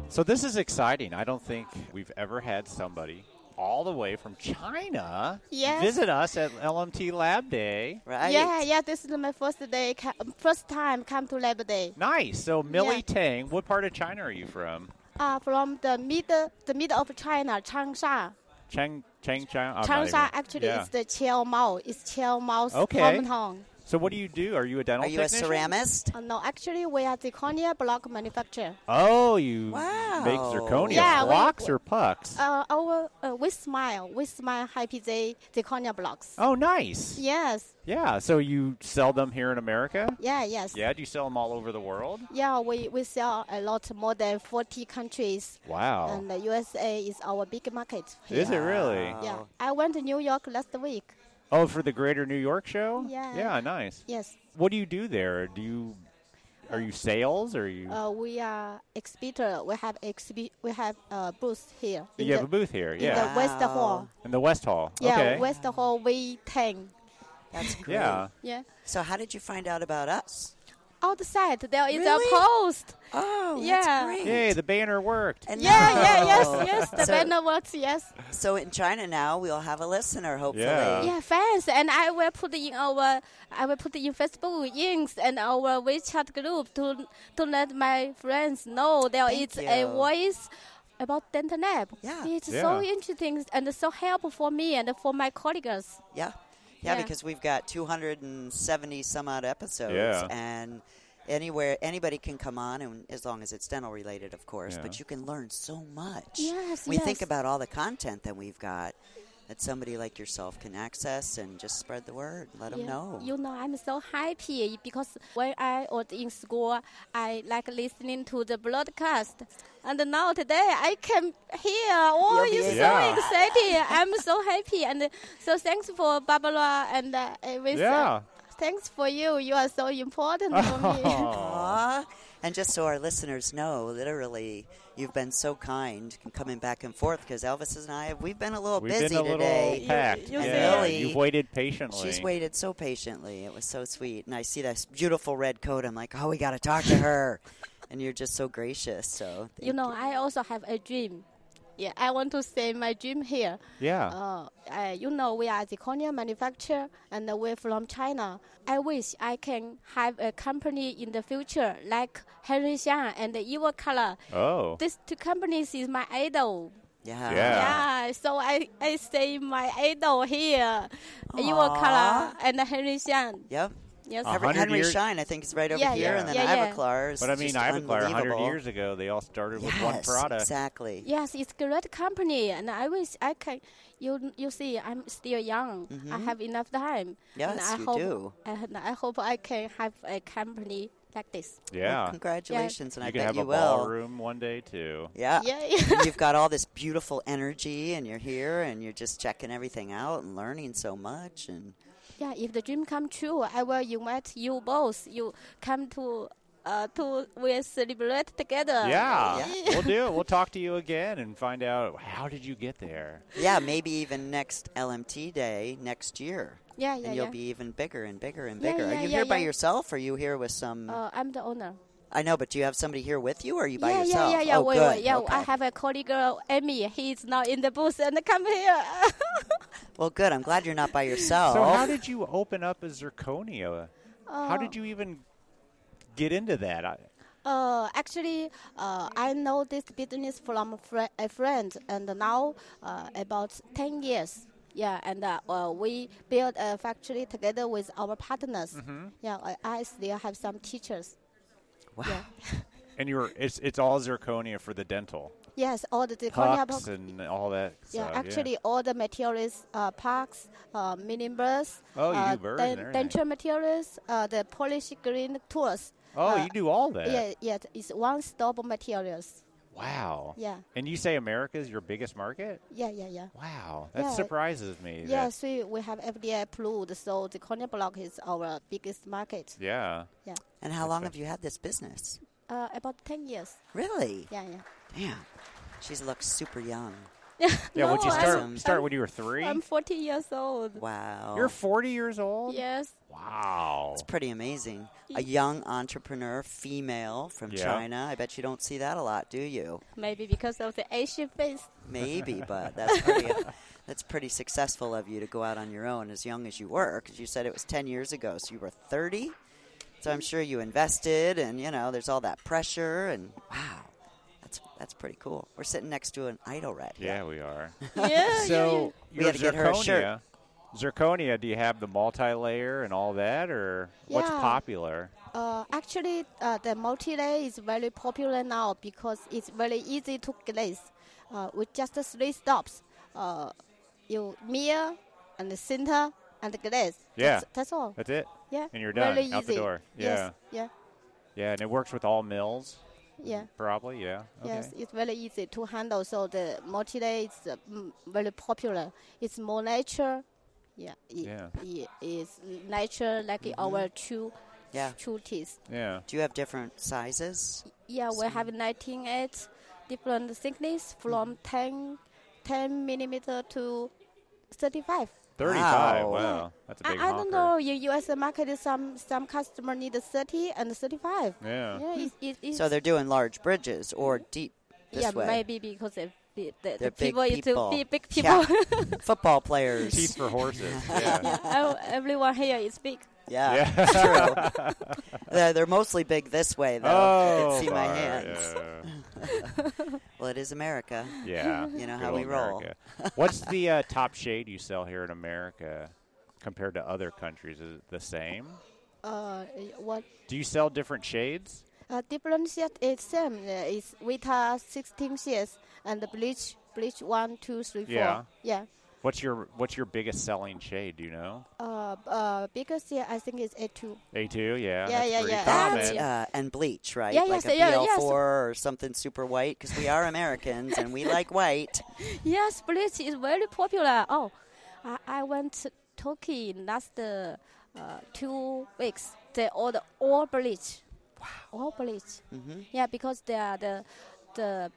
So this is exciting. I don't think we've ever had somebody all the way from China
Yes.
visit us at LMT Lab Day.
Right?
Yeah, yeah. This is my first day, co- first time come to Labor Day.
Nice. So Millie
Yeah.
Tang, what part of China are you from?
Uh, from the middle, the middle of China, Changsha.
Chang Chang Chang. I'm uh, not
Changsha
even-
actually
yeah.
is the Chiao Mao. It's Chiao Mao's
Okay.
hometown.
So what do you do? Are you a dental?
Are you a
technician?
ceramist?
Uh, no, actually, we are zirconia block manufacturer.
Oh, you
Wow.
make zirconia
Yeah, we-
blocks or pucks?
Uh, our uh, we smile, we smile happy they zirconia blocks.
oh, nice.
Yes,
Yeah. So you sell them here in America?
yeah, yes.
Yeah. Do you sell them all over the world?
Yeah, we, we sell a lot, more than 40 countries.
Wow.
And the USA is our big market. Here.
Is it really?
Yeah. I went to New York last week.
Oh, for the Greater New York show?
Yeah.
Yeah. Nice.
Yes.
What do you do there? Do you are you sales or are you?
Uh, we are exhibitor. We have exhibit. We have uh, booth here. in
you have
the-
a booth here,
in
yeah,
the West
Wow.
Hall.
in the West Hall.
Yeah,
okay.
West Hall V10.
That's great.
yeah.
Yeah.
So how did you find out about us?
Outside there is
Really?
a post.
Oh,
Yeah.
that's great.
Yay! The banner worked.
And
Yeah, yeah,
now-
yes, yes. The
so,
banner works. Yes.
So in China now, we'll have a listener, hopefully.
Yeah.
Yeah, fans, and I will put in our, I will put in Facebook links and our WeChat group to to let my friends know there
Thank
is a
you.
voice about dental lab.
Yeah.
it's so
Yeah.
interesting and so helpful for me and for my colleagues.
Yeah. Yeah,
Yeah.
because we've got 270 some odd episodes.
Yeah.
And anywhere, anybody can come on, and as long as it's dental related, of course, but you can learn so much.
Yes,
we think
yes.
about all the content that we've got that somebody like yourself can access and just spread the word, let them
Yeah.
know.
You know, I'm so happy because when I was in school, I like listening to the broadcast, and now today I can hear. Oh,
You'll be
it's
able-
so
Yeah.
exciting! I'm so happy, and uh, so thanks for Barbara and uh, with,
Yeah.
Thanks for you. You are so important for me.
Aw. And just so our listeners know, literally, you've been so kind in coming back and forth because Elvis and I, we've been a little
We've
busy
been a little
today.
packed.
you
yeah,
really-
you've waited patiently.
She's waited so patiently. It was so sweet. And I see this beautiful red coat. I'm like, oh, we got to talk to her. and you're just so gracious. So
you know, I also have a dream. Yeah, I want to say my dream here.
Yeah.
Uh, uh, you know, we are the cornea manufacturer and we're from China. I wish I can have a company in the future like Henry Xiang and Evil Color.
Uh,
oh.
These two companies is my idol.
yeah.
Yeah.
Yeah, so I, I say my idol here, Evil
Aw.
Color and Henry Xiang.
Yep.
Yes.
Uh-huh.
Every,
100
Henry
years-
Shine, I think, is right over
Yeah,
here.
yeah.
And then
Yeah, yeah.
Ivoclar is
But I mean,
just
Ivonclar, 100
unbelievable.
years ago, they all started with
yes,
one product.
exactly.
Yes, it's great company, and I wish I can. You you see, I'm still young. I have enough time. and
Mm-hmm. Yes,
I
you
hope,
do.
And I hope I can have a company like this.
Yeah.
Congratulations.
you
And
could
I bet
have
you
a
will.
ballroom one day too.
Yeah.
Yeah,
And You've got all this beautiful energy, and you're here, and you're just checking everything out and learning so much. And
yeah. If the dream come true, I will invite you both. You come to. Uh, to we celebrate together.
Yeah, we'll do it. We'll talk to you again and find out how did you get there.
yeah, maybe even next LMT day next year.
yeah, yeah.
and you'll
yeah.
be even bigger and bigger and
Yeah,
bigger.
yeah,
are you
yeah,
here by
yeah.
yourself? Or are you here with some?
Uh, I'm the owner.
I know, but do you have somebody here with you, or are you by
yeah,
yourself?
yeah, yeah, yeah.
Oh,
wait,
good.
wait, yeah. I
Okay.
have a colleague, uh, Amy. He's now in the booth and come here.
Well, good. I'm glad you're not by yourself.
So how did you open up a zirconia? how
Oh.
did you even get into that? I,
Uh, actually, uh, I know this business from fri a friend, and now uh, about ten years. Yeah, and uh, uh, we built a factory together with our partners. Yeah, I, I still have some teachers.
Wow.
Yeah.
and you were it's it's all zirconia for the dental
Yes, all the zirconia
pucks
box-
and all that.
Oh, Yeah,
stuff,
actually, all the materials, uh, parks, uh, mini burrs,
Oh, you
uh,
do burrs and everything.
denture materials, uh, the polish green tools.
Oh,
uh,
you do all that.
Yeah, yeah, it's one stop materials.
Wow.
Yeah.
And you say America is your biggest market?
Yeah, yeah, yeah.
Wow, that
Yeah.
surprises me. that-
Yeah, so we have FDA approved, so the cornea block is our biggest market.
yeah.
Yeah,
and how long have you had this business?
uh, about ten years.
Really?
Yeah, yeah.
Damn. She looks super young.
Yeah. would Oh, you
No,
start
I'm-
start
I'm-
when you were 3
I'm 40 years old.
Wow.
You're 40 years old.
Yes.
Wow.
pretty amazing. A young entrepreneur, female from
Yeah.
China. I bet you don't see that a lot, do you?
Maybe because of the Asian face.
Maybe, but that's pretty. that's pretty successful of you to go out on your own as young as you were, because you said it was ten years ago, so you were thirty. So I'm sure you invested, and you know, there's all that pressure, and wow, that's that's pretty cool. We're sitting next to an idol rat.
Yeah, we are.
Yeah.
So
We
your
had to get her a shirt.
zirconia- Zirconia, do you have the multi-layer and all that, or what's
Yeah.
popular?
Uh, actually, uh, the multi-layer is very popular now because it's very easy to glaze. Uh, with just three stops, uh, you mirror and the center and glaze.
Yeah.
That's, that's all.
That's it.
yeah.
and you're done,
Very
out the
easy.
door.
Yes. Yeah.
Yeah, and it works with all mills,
Yeah.
probably. Yeah. Okay.
Yes, it's very easy to handle. So the multi-layer is uh, mm, very popular. It's more nature. Yeah, it,
Yeah.
it is nature like our two,
Yeah.
two teeth.
Yeah.
Do you have different sizes?
Yeah, we have 19 at different thickness
Mm-hmm.
from 10, 10 millimeter to 35.
Thirty-five. Wow,
Wow.
that's a
I,
big
I don't
honker.
know. In U.S. market, some some customer need 30 and 35.
Yeah.
Yeah, it, it, it's,
Hmm. So they're doing large bridges or deep this
yeah
way.
maybe because they, the, the,
They're
the
big
people is to
people.
be big
Yeah.
people.
Football players.
Teeth for horses. Yeah.
Oh, everyone here is big.
Yeah,
Yeah.
it's true. they're, they're mostly big this way, though. you
Oh,
can see my
bar,
hands.
yeah.
Well, it is America.
Yeah.
You know
good
how we
old
roll.
America. What's the uh, top shade you sell here in America compared to other countries? Is it the same?
Uh, what
Do you sell different shades?
uh, different shade is same. Uh, it's Vita 16 shades and the bleach bleach one two three four.
Yeah.
Yeah.
What's your What's your biggest selling shade? Do you know?
Uh, b- uh, biggest shade I think is A2.
A two. Yeah.
Yeah,
that's
yeah,
pretty
yeah.
Common.
That's-
Uh, and bleach, right?
Yeah,
like
yes,
a
yeah,
BL4
yes.
or something super white, because we are Americans and we like white.
Yes, bleach is very popular. Oh, I, I went to Turkey last uh, uh, two weeks. They order all bleach. Wow. All bleach. Mm-hmm. Yeah, because they are the the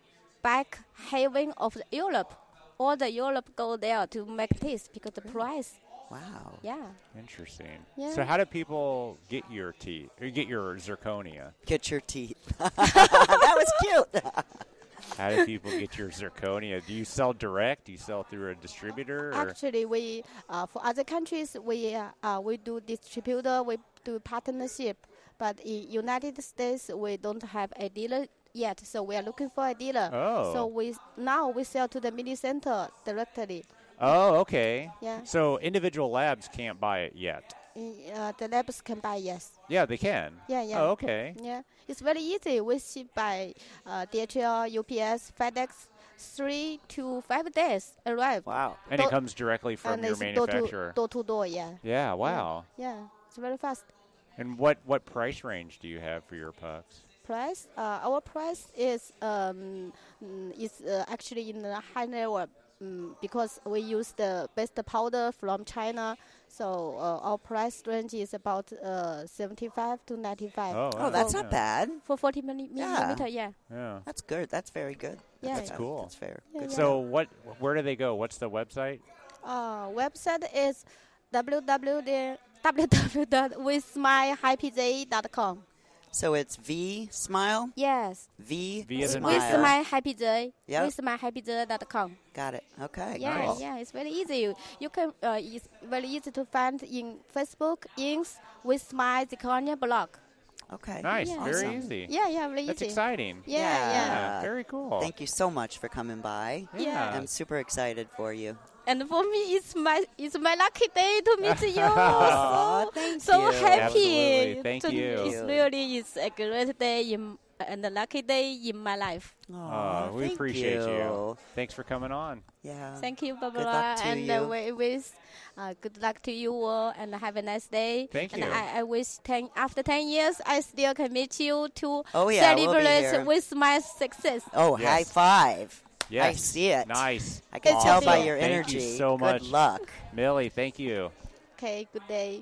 back haven of the Europe. All the Europe go there to make this because the price.
Wow.
Yeah.
Interesting.
Yeah.
So how do people get your tea or get your zirconia?
Get your teeth. that was cute.
How do people get your zirconia? Do you sell direct? Do you sell through a distributor? Or?
Actually, we uh, for other countries we uh, uh, we do distributor, we do partnership, but in United States we don't have a dealer yet, so we are looking for a dealer.
Oh.
So we now we sell to the mini center directly.
Oh, okay.
Yeah.
So individual labs can't buy it yet.
In, Uh, the labs can buy yes.
Yeah, they can.
Yeah, yeah.
Oh, okay.
Yeah, it's very easy. We ship by uh, DHL, UPS, FedEx, three to five days arrive.
Wow.
And it
Door-
comes directly from
and
your
it's door
manufacturer.
to door to door. Yeah,
Yeah, wow.
yeah, it's very fast.
And what, what price range do you have for your pucks?
price. Uh, our price is um, mm, is uh, actually in the high level um, because we use the best powder from China. So uh, our price range is about uh, 75 to 95
Oh, that's
yeah.
not bad.
for 40 milli-
Yeah.
millimeter. Yeah.
Yeah.
That's good. That's very good.
Yeah,
That's
yeah.
cool.
That's fair.
Yeah,
Good
yeah.
So what? Where do they go? What's the website?
Uh, website is www www.withmyhappyday.com.
So it's V smile,
Yes,
V,
V as in
smile.
with
Victor.
my happy day,
Yep.
with my happy day.com.
Got it. Okay.
Yeah,
cool.
yeah, it's very easy. You can, uh, it's very easy to find in Facebook, Inks, with my Zirconia blog.
Okay.
Nice.
Yeah.
Very
Awesome.
easy.
Mm. Yeah, yeah, very
That's
easy.
exciting.
Yeah,
Yeah.
yeah,
Yeah, Very cool.
Thank you so much for coming by.
yeah.
I'm super excited for you.
And for me, it's my it's my lucky day to meet you.
Aw,
so
thank
so
you.
happy.
Absolutely. Thank
To-
you.
It's really it's a great day in, and a lucky day in my life.
Aw,
Aw, Uh, we
thank
appreciate you.
you.
Thanks for coming on.
Yeah.
Thank you, Barbara,
luck to
and
you.
Uh, we wish uh, good luck to you all, and have a nice day.
Thank you.
And I, I wish ten after ten years, I still can meet you to
Oh, yeah, we'll be
celebrate
here.
with my success.
Oh,
Yes.
high five.
Yes.
I see it.
Nice.
I can
It's
tell
awesome.
by your
Thank you
energy.
so much.
Good luck.
Millie, thank you.
Okay, good day.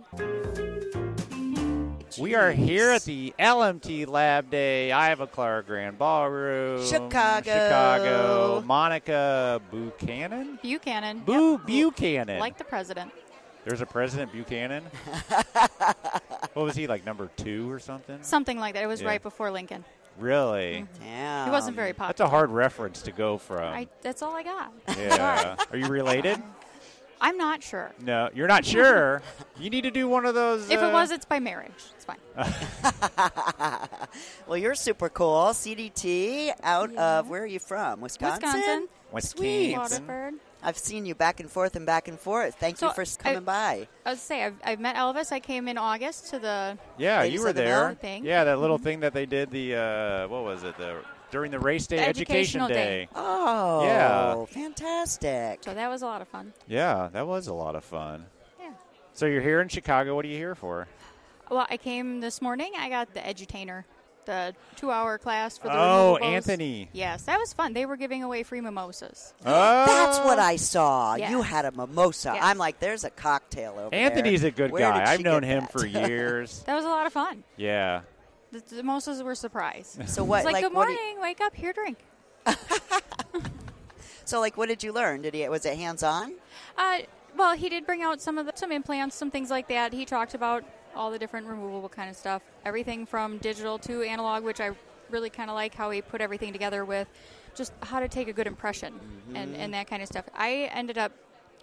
We are here at
Jeez.
the LMT Lab Day, Iva Clark Grand Ballroom,
Chicago.
Chicago, Monica Buchanan,
Buchanan.
Boo
Yep.
Buchanan.
Like the president.
There's a President Buchanan. what was he like, number two or something?
Something like that. It was
Yeah.
right before Lincoln.
Really?
Damn.
He wasn't very popular.
That's a hard reference to go from.
Mm-hmm. I, that's all I got.
yeah. Are you related?
I'm not sure.
No, you're not sure. You need to do one of those.
If
uh,
it was, it's by marriage. It's fine.
Well, you're super cool. CDT out of where are you from? Wisconsin.
Wisconsin.
Wisconsin.
Waterford.
I've seen you back and forth and back and forth. Thank you
So,
for
I-
coming by.
I was say I've, I've met Elvis. I came in August to the
Yeah,
Ladies
you were
of the
there.
Valley thing. Mm-hmm.
Yeah, that little thing that they did the uh, what was it? The during the race day,
The
education
educational day.
Oh,
Yeah.
fantastic.
so that was a lot of fun.
Yeah, that was a lot of fun.
Yeah.
So you're here in Chicago. What are you here for?
Well, I came this morning. I got the edutainer, the two-hour class for the
Oh,
renewables.
Anthony. Uh.
Yes, that was fun. They were giving away free mimosas.
That's what I saw.
Uh, Yeah.
You had a mimosa.
Yes.
I'm like, there's a cocktail over there.
Anthony's a good
Where did
guy.
she
I've known
get
him
that?
for years.
That was a lot of fun.
yeah.
The, the mimosas were a surprise.
So what?
It's like, good
what do
morning,
you-
wake up, here, drink.
so like, what did you learn? Did he? Was it hands on?
Uh, well, he did bring out some of the, some implants, some things like that. He talked about all the different removable kind of stuff, everything from digital to analog, which I really kind of like how he put everything together with just how to take a good impression and, and that kind of stuff. I ended up,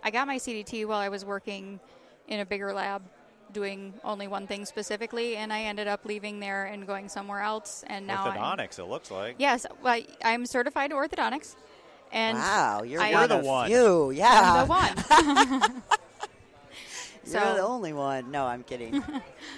I got my CDT while I was working in a bigger lab doing only one thing specifically, and I ended up leaving there and going somewhere else. And now, I'm-
Orthodontics, it looks like.
yes, well, I- I'm certified in orthodontics. And
Wow, you're
I-
one
You're the
of
one.
few. Yeah,
I'm the one.
you're
So-
the only one. No, I'm kidding.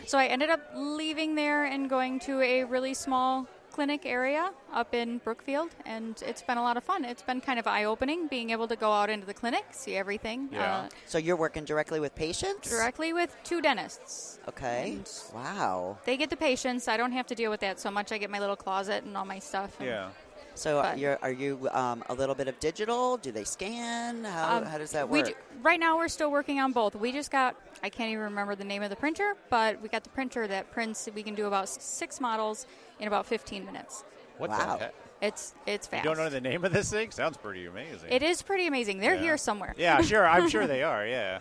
So I ended up leaving there and going to a really small clinic area up in Brookfield, and it's been a lot of fun. It's been kind of eye opening being able to go out into the clinic, see everything uh,
Yeah.
so you're working directly with patients.
directly with two dentists.
Okay. wow.
They get the patients. I don't have to deal with that so much. I get my little closet and all my stuff. and-
Yeah.
So
Fun.
you're, are you um, a little bit of digital? Do they scan? How,
Um,
how does that
we
work?
do- right now, we're still working on both. We just got, I can't even remember the name of the printer, but we got the printer that prints, we can do about s- six models in about 15 minutes.
What
Wow.
the heck?
It's, it's
You
fast.
don't know the name of this thing? Sounds pretty amazing.
It is pretty amazing. They're
Yeah.
here somewhere.
Yeah, sure. I'm sure they are. Yeah.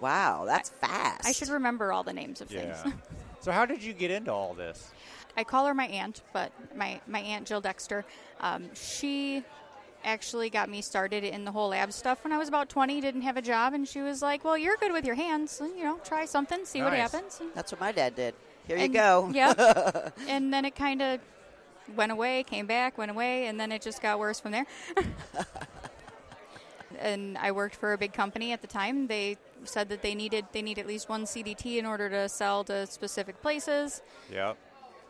wow, that's fast.
I should remember all the names of
Yeah.
things.
so how did you get into all this?
I call her my aunt, but my, my aunt Jill Dexter, um, she actually got me started in the whole lab stuff when I was about 20, didn't have a job, and she was like, Well, you're good with your hands. so, You know, try something, see what
Nice.
happens. And,
That's what my dad did. Here you
and-
go.
Yep. and then it kind of went away, came back, went away, and then it just got worse from there. and I worked for a big company at the time. They said that they needed they need at least one CDT in order to sell to specific places.
Yeah.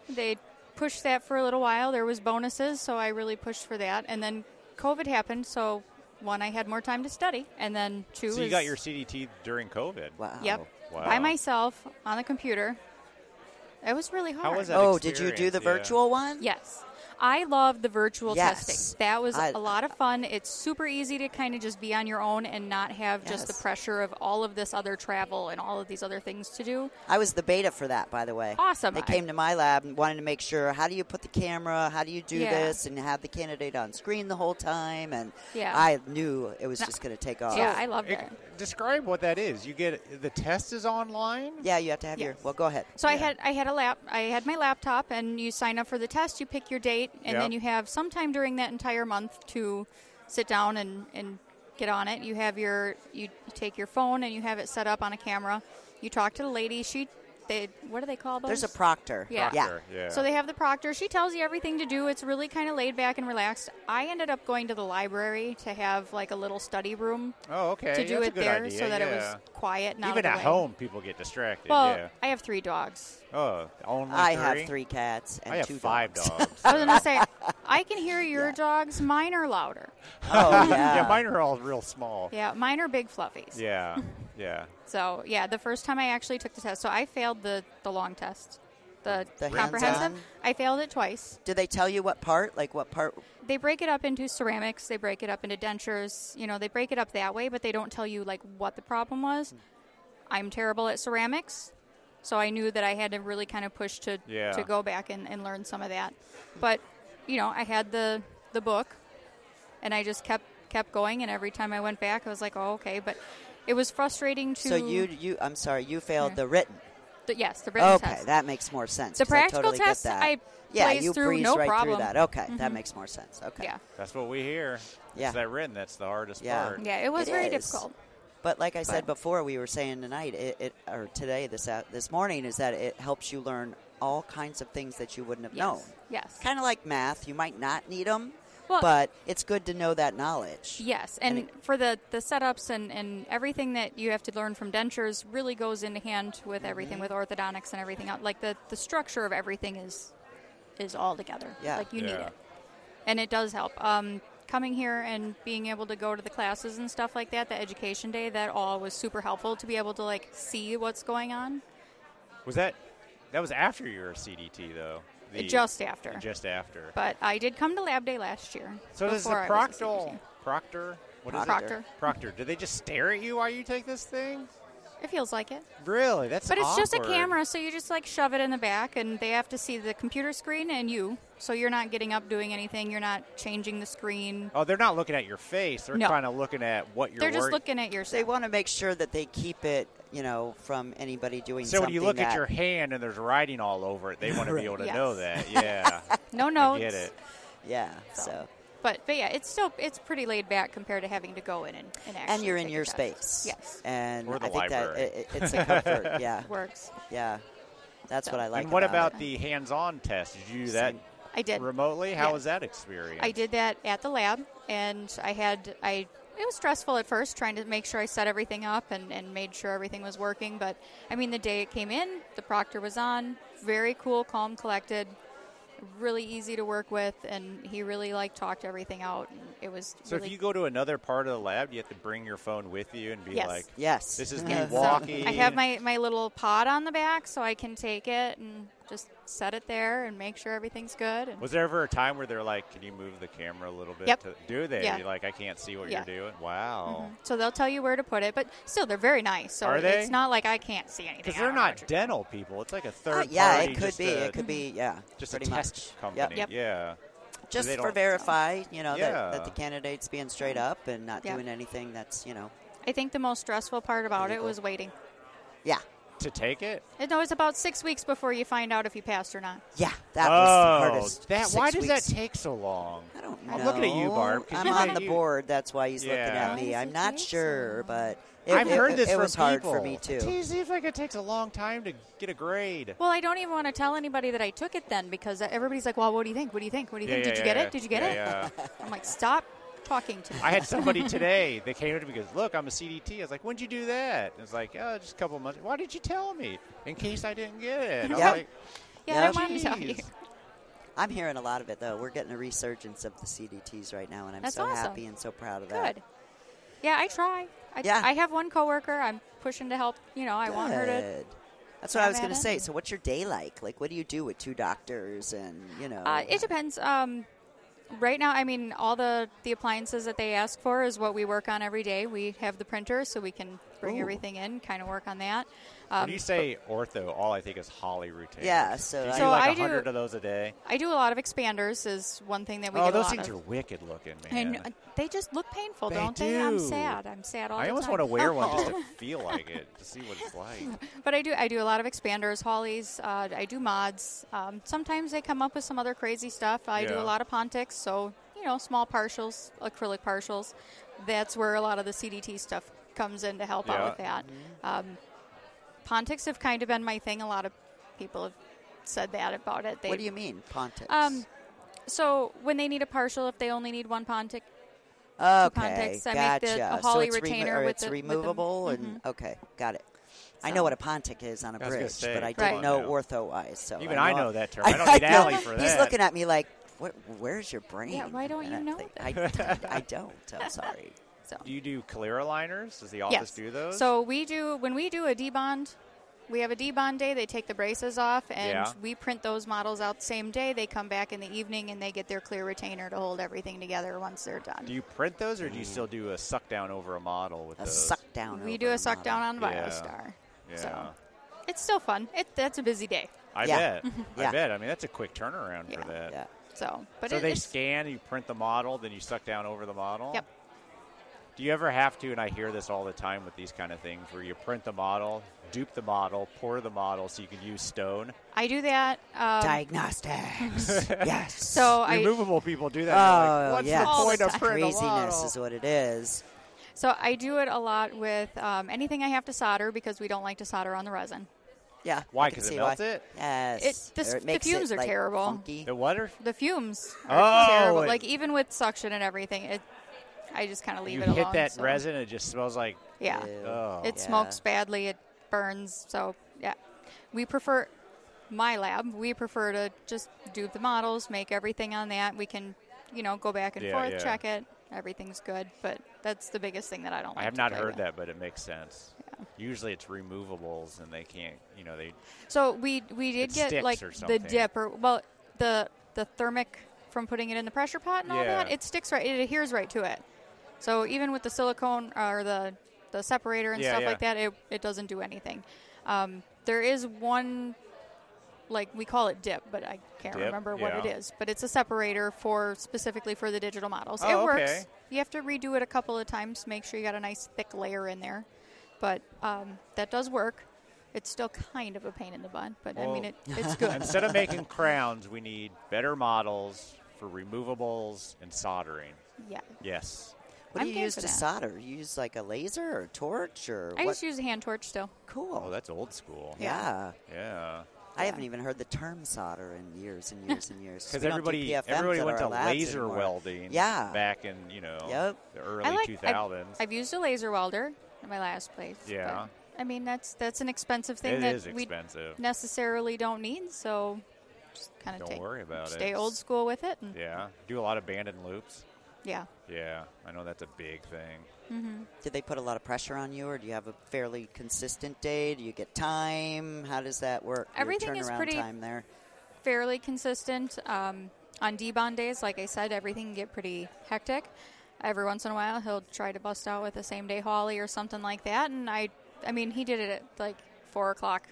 They pushed that for a little while. There was bonuses, so I really pushed for that. And then COVID happened, so one I had more time to study, and then two.
So you
is-
got your CDT during COVID.
Wow.
Yep.
Wow.
By myself on the computer. It was really hard.
How was that?
Oh, did you do
experience?
the
Yeah.
virtual one?
Yes. I love the virtual
Yes.
testing. That was
I-
a lot of fun. It's super easy to kind of just be on your own and not have just the
Yes.
pressure of all of this other travel and all of these other things to do.
I was the beta for that, by the way.
Awesome.
They
I-
came to my lab and wanted to make sure how do you put the camera, how do you do
Yeah.
this, and have the candidate on screen the whole time. And
Yeah.
I knew it was
No.
just going to take off.
yeah, I loved it.
Ex- Describe what that is. You get the test is online.
Yeah, you have to have your.
Yes.
Well, go ahead.
So I had I had a lap I had my laptop and you sign up for the test, you pick your date, and
Yep.
then you have sometime during that entire month to sit down and, and get on it. You have your you take your phone and you have it set up on a camera. You talk to the lady, she they what do they call those?
There's a proctor.
Yeah.
Yeah.
Sure, Yeah.
So they have the proctor. She tells you everything to do. It's really kind of laid back and relaxed. I ended up going to the library to have like a little study room
Oh, okay.
to do
That's a
it
good
there
idea,
so that it was
yeah.
quiet. And out of
Even
the
at
way.
home, people get distracted.
Well,
yeah.
I have three dogs.
Oh, only
I
three?
have three cats and
I have
two
five
dogs.
dogs.
I was gonna say I can hear your
Yeah.
dogs. Mine are louder.
Oh, yeah.
yeah, mine are all real small.
Yeah, mine are big fluffies.
Yeah. Yeah.
So yeah, the first time I actually took the test, so I failed the the long test, the,
The
comprehensive.
hands-on?
I failed it twice.
Did they tell you what part? Like what part?
they break it up into ceramics they break it up into dentures you know they break it up that way but they don't tell you like what the problem was i'm terrible at ceramics so i knew that i had to really kind of push to
Yeah.
to go back and, and learn some of that but you know i had the the book and i just kept kept going and every time i went back i was like oh okay but it was frustrating to
So you, you. I'm sorry, you failed the written.
the, yes the written
okay,
test
that makes more sense.
The
'cause I
practical
totally get
test,
that.
I
yeah,
blazed
you
through,
breeze
no
right
problem. Mm-hmm.
through that. Okay, that makes more sense. Okay,
yeah
That's what we hear.
Yeah.
It's that written that's the hardest
Yeah.
part.
yeah it was
It
very
is.
difficult
But like I said
But-
before, we were saying tonight, it, it or today this out this morning is that it helps you learn all kinds of things that you wouldn't have
yes
known.
yes
Kind of like math, you might not need them,
Well-
but it's good to know that knowledge.
Yes, and, for the, the setups and, and everything that you have to learn from dentures really goes into hand with everything with orthodontics and everything else. Like the, the structure of everything is is all together.
Yeah.
like you need
Yeah.
it, and it does help. Um, coming here and being able to go to the classes and stuff like that, the education day, that all was super helpful to be able to like see what's going on.
Was that that was after your CDT though? The-
Just after.
Just after.
But I did come to lab day last year.
so does the
before I was a
proctor
CDT.
proctor what is it?
Proctor.
Proctor. Do they just stare at you while you take this thing?
It feels like it.
Really? That's
But it's just a
awkward.
camera, so you just like shove it in the back, and they have to see the computer screen and you. So you're not getting up doing anything. You're not changing the screen.
Oh, they're not looking at your face. They're
No.
kind of looking at what you're.
They're just
work-
looking at your.
They want to make sure that they keep it, you know, from anybody doing
So when
something
you look at
that-
your hand and there's writing all over it, they want to be able to
Yes.
know that. Yeah,
No
I
notes.
get it.
yeah, so
But but yeah, it's still it's pretty laid back compared to having to go in and, and actually.
and you're in
take
your
a test.
space.
Yes,
and
Or the
I think
library.
that it, it- it's a comfort. yeah,
works.
yeah, that's
So-
what I like.
and what about,
it.
the hands-on test? Did you do that
I did.
remotely? How
Yeah.
was that experience?
I did that at the lab, and I had I. It was stressful at first trying to make sure I set everything up and, and made sure everything was working. But I mean, the day it came in, the proctor was on, very cool, calm, collected, really easy to work with, and he really like talked everything out. And it was
So
really
if you go to another part of the lab, you have to bring your phone with you and be
Yes.
like,
Yes,
"This is me
Yeah, so
walking."
I have my, my little pod on the back so I can take it and just set it there and make sure everything's good. And
Was there ever a time where they're like, "Can you move the camera a little bit?"
Yep.
To, do they?
Yeah.
You're like, "I can't see what
Yeah. Mm-hmm.
you're doing." Wow.
so they'll tell you where to put it, but still they're very nice. So
Are they?
it's not like I can't see anything.
Because
I
they're
don't know
not
what you're
dental people. It's like a
Uh,
third
yeah,
party.
it could
just
be.
a-
it could be. Yeah,
just a
pretty
test
much.
company.
Yep.
Yep.
Yeah.
Just
they
for
don't-
verify, you know, that,
Yeah.
that the candidate's being straight up and not
Yep.
doing anything that's, you know,
doing. I think the most stressful part about it
Illegal.
was waiting.
yeah,
To take it.
It was about six weeks before you find out if you passed or not.
yeah. That was the
oh,
hardest.
that.
six
Why does that
weeks.
take so long?
I don't know.
I'm looking at you, Barb, 'cause
I'm
you
on
said
the
you-
board. That's why he's looking
Yeah.
at
Why
me.
does
I'm
it
not
take so
sure,
long?
but it,
I've
it-
heard this
it
from
was hard for me
people.
too.
It seems like it takes a long time to get a grade.
Well, I don't even want to tell anybody that I took it then because everybody's like, well, what do you think? What do you think? What do you
Yeah,
think?
yeah,
Did you
yeah,
get
yeah.
it? Did you get
Yeah,
it?
yeah.
I'm like, stop talking to me.
I had somebody today that came up to me and goes, Look, I'm a CDT. I was like, When'd you do that? And it's like, Oh, just a couple months. Why did you tell me? In case I didn't get it. And I'm
Yep.
like,
yeah,
Yep.
I wanted to tell you.
"Jeez."
I'm hearing a lot of it though. We're getting a resurgence of the CDTs right now, and I'm
That's
so
awesome.
happy and so proud of that.
Good. Yeah, I try. I,
Yeah.
I have one coworker. I'm pushing to help. You know, I want her to.
Good. That's what I
have
was going to
at it.
say. So, what's your day like? Like, what do you do with two doctors and you know?
Uh, it depends. Um, right now, I mean, all the the appliances that they ask for is what we work on every day. We have the printer, so we can bring
Ooh.
everything in, kind of work on that. Um,
When you say ortho, all I think is Holly routine.
Yeah, so
do you
I-
do
So
like
I do-
100 of those a day?
I do a lot of expanders. Is one thing that we
oh,
get a
those
lot
things
of.
are wicked looking,
and
man.
uh, they just look painful,
They
don't they? I'm
do.
sad. I'm sad all
I
the
almost
time.
want to wear one just to feel like it, to see what it's like.
But I do. I do a lot of expanders, hollies. Uh, I do mods. Um, sometimes they come up with some other crazy stuff. I do
Yeah.
a lot of Pontix, so you know, small partials, acrylic partials. That's where a lot of the CDT stuff comes in to help
Yeah.
out with that. Um, Pontics have kind of been my thing. A lot of people have said that about it. They,
what do you mean, Pontex?
Um, so when they need a partial, if they only need one Pontic,
okay,
Pontex. I make
gotcha.
the- a
so
Holley
it's remo-
retainer
or
with
it's
the- Mm-hmm. with the-
removable and okay, got it. I know what a Pontic is on a
I was gonna
bridge,
say,
but I
come
didn't
on
know
now.
ortho wise. So
Even
I
I
know,
know that term. I don't need Allie for
He's
that.
looking at me like, "Where- "Where's your brain?"
why don't
And
you
I
know
think- I, I don't. I'm sorry.
so
Do you do clear aligners? Does the office
yes.
do those?
So we do when we do a D bond, we have a D bond day. They take the braces off, and
Yeah.
we print those models out the same day. They come back in the evening, and they get their clear retainer to hold everything together once they're done.
do you print those, or do you still do a suck down over a model with
A
those?
suck down.
we
over
do
the
a suck down
model.
on
Yeah.
Biostar.
Yeah.
So it's still fun. It, that's a busy day.
I
Yeah.
bet. I
Yeah.
bet. I mean, that's a quick turnaround
Yeah.
for that.
Yeah.
So, but
so
it,
they
it's,
scan, you print the model, then you suck down over the model.
Yep.
Do you ever have to? And I hear this all the time with these kind of things, where you print the model, dupe the model, pour the model, so you can use stone.
I do that. Um,
Diagnostics. yes.
so I
Removable people do that. and you're
Oh,
like, What's
yes.
the
All
point
the
of
time.
printing a
craziness
model?
is what it is.
So I do it a lot with um, anything I have to solder because we don't like to solder on the resin.
Yeah.
Why?
I can
'Cause it
see
melts it?
Yes.
It- the
Or
s- the
makes
fumes
it,
are
like,
terrible.
funky.
The water?
The fumes are
Oh,
terrible.
it-
Like even with suction and everything, it, I just kind of leave
you
it
hit
alone.
that
so-
resin, it just smells like.
Yeah.
Ew.
Oh.
It smokes badly. It burns. So yeah, we prefer my lab. We prefer to just do the models, make everything on that. We can, you know, go back and
Yeah,
forth,
yeah.
check it. Everything's good. But that's the biggest thing that I don't.
I
like
have
to
not
play
heard
with.
that, but it makes sense. Usually it's removables and they can't, you know, they.
So we we did
It
get
sticks
like
or
the
something.
dip or well the the thermic from putting it in the pressure pot and all
Yeah.
that. It sticks right. It adheres right to it. So even with the silicone uh, or the the separator and
Yeah,
stuff
yeah.
like that, it it doesn't do anything. Um, there is one. Like we call it dip, but I can't
Dip,
remember what it
yeah.
is. But it's a separator for specifically for the digital models.
Oh,
it works.
okay.
You have to redo it a couple of times, make sure you got a nice thick layer in there. But um, that does work. It's still kind of a pain in the butt, but I mean,
Well,
it, it's good.
Instead of making crowns, we need better models for removables and soldering.
yeah.
Yes.
What
I'm
do you
game
use
for
to
that.
solder? You use like a laser or a torch or
I
what?
just use a hand torch still.
cool.
Oh, that's old school.
yeah.
Yeah.
I haven't even heard the term solder in years and years and years.
Because
We don't do
everybody,
PFMs
everybody
at
went
our
to
labs
laser
anymore.
welding.
Yeah.
Back in you know
Yep.
the early
I like,
2000s.
I've, I've used a laser welder in my last place. but,
Yeah.
I mean, that's that's an expensive thing
It
that
is expensive.
we necessarily don't need, so just kind of
Don't
take,
worry about it.
stay old school with it. And yeah.
yeah. Do a lot of banded loops. Yeah. I know that's a big thing.
Did they put a lot of pressure on you, or do you have a fairly consistent day? Do you get time? How does that work? Your
Everything is
turnaround
pretty-
time there.
fairly consistent. Um, on D-Bond days, like I said, everything can get pretty hectic. Every once in a while, he'll try to bust out with a same-day Holly or something like that. And I, I mean, he did it at like four o'clock,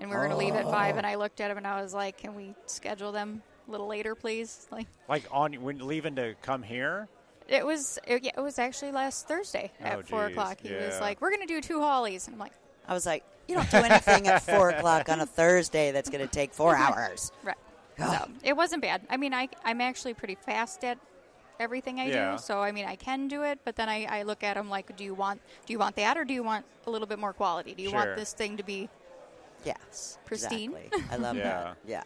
and we were going to leave at five. And I looked at him and I was like, "Can we schedule them a little later, please?" Like
Like on when leaving to come here.
it was, it, yeah, it was actually last Thursday at
Oh,
four
geez,
o'clock. He was
yeah.
like, "We're going to do two Hollies," and I'm like,
I was like, you don't do anything at four o'clock on a Thursday. That's going to take four hours.
Right. So it wasn't bad. I mean, I I'm actually pretty fast at everything I
Yeah.
do, so I mean, I can do it. But then I, I look at them like, do you want do you want that, or do you want a little bit more quality? Do you
Sure.
want this thing to be
Yes,
Pristine.
Exactly. I love that. Yeah,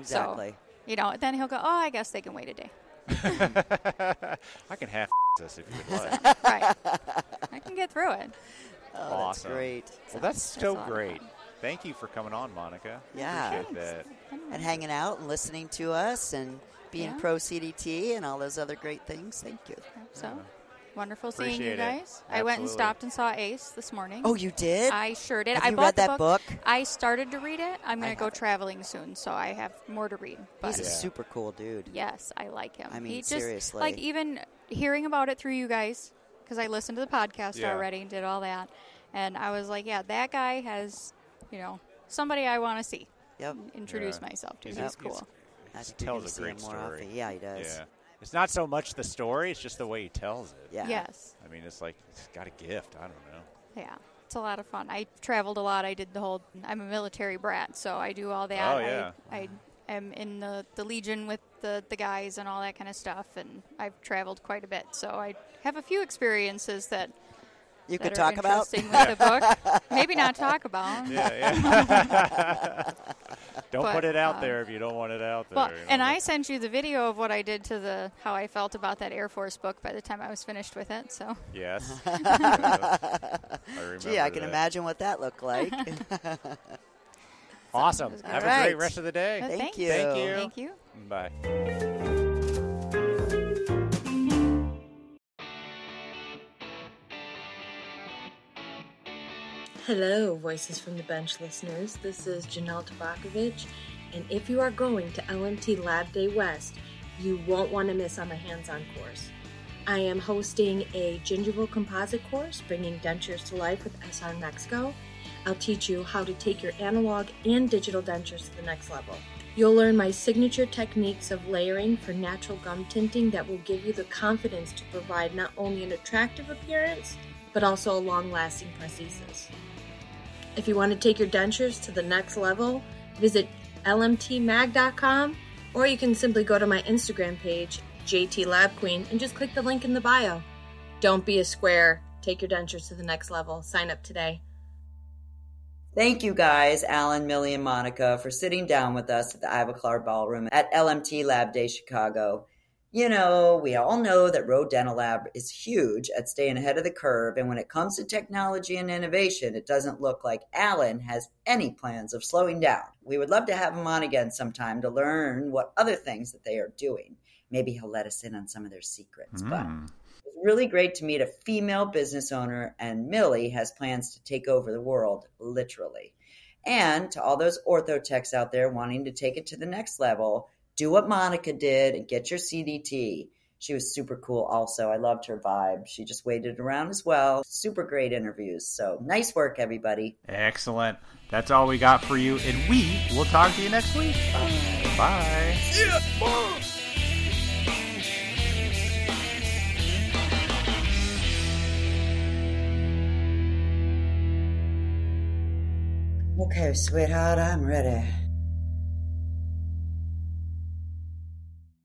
so,
exactly.
You know, then he'll go, oh, I guess they can wait a day.
I can half this if you would like.
Right. I can get through it.
awesome.
Oh, Great.
Well, that's
a
so
lot of
great.
fun.
Thank you for coming on, Monica.
Yeah.
Appreciate that.
And hanging out and listening to us and being
Yeah.
pro CDT and all those other great things. Thank you.
So wonderful seeing
Appreciate
you
it.
guys. I went and
Absolutely.
stopped and saw Ace this morning.
Oh, you did?
I sure did.
Have
I
you
bought
read
the
that book?
I started to read it. I'm going to go
haven't.
traveling soon, so I have more to read. But
He's a super cool dude.
Yes, I like him.
I mean,
he just,
seriously.
Like, even hearing about it through you guys, because I listened to the podcast
Yeah.
already and did all that. And I was like, yeah, that guy has, you know, somebody I want to see.
Yep.
Introduce
Yeah.
myself to.
He's-
He's,
he's-
cool.
I
He
think you're gonna
tells
see
a great
him more
story.
often. Yeah, he does.
Yeah. It's not so much the story; it's just the way he tells it.
Yeah.
Yes.
I mean, it's like it's got a gift. I don't know.
Yeah. It's a lot of fun. I traveled a lot. I did the whole. I'm a military brat, so I do all that.
Oh, yeah.
I, I am in the, the Legion with the, the guys and all that kind of stuff, and I've traveled quite a bit. So I have a few experiences that
You
that
could
are
talk about.
interesting with the book. Maybe not talk about.
Don't
But,
put it out
um,
there if you don't want it out there.
Well,
you know,
and I
that's-
sent you the video of what I did to the how I felt about that Air Force book by the time I was finished with it. So
yes.
Gee,
I
I
remember
can
that.
imagine what that looked like.
Awesome. Have a
Alright.
great rest of the
but
day.
thank
you.
Thank you.
Thank you.
Bye.
Hello, Voices from the Bench listeners. This is Janelle Tabakovich, and if you are going to LMT Lab Day West, you won't want to miss on my hands on course. I am hosting a gingival composite course, Bringing Dentures to Life with SR Mexico. I'll teach you how to take your analog and digital dentures to the next level. You'll learn my signature techniques of layering for natural gum tinting that will give you the confidence to provide not only an attractive appearance, but also a long lasting prosthesis. If you want to take your dentures to the next level, visit lmtmag.com or you can simply go to my Instagram page, JT Lab Queen, and just click the link in the bio. Don't be a square. Take your dentures to the next level. Sign up today.
Thank you guys, Alan, Millie, and Monica, for sitting down with us at the Ivoclar Ballroom at LMT Lab Day Chicago. You know, we all know that Roe Dental Lab is huge at staying ahead of the curve, and when it comes to technology and innovation, it doesn't look like Alan has any plans of slowing down. We would love to have him on again sometime to learn what other things that they are doing. Maybe he'll let us in on some of their secrets,
Hmm.
but
Hmm.
really great to meet a female business owner, and Millie has plans to take over the world, literally. And to all those ortho techs out there wanting to take it to the next level, do what Monica did and get your CDT. She was super cool, also. I loved her vibe. She just waited around as well. Super great interviews. So nice work, everybody.
Excellent. That's all we got for you, and we will talk to you next week. Bye. Bye.
Okay, sweetheart, I'm ready.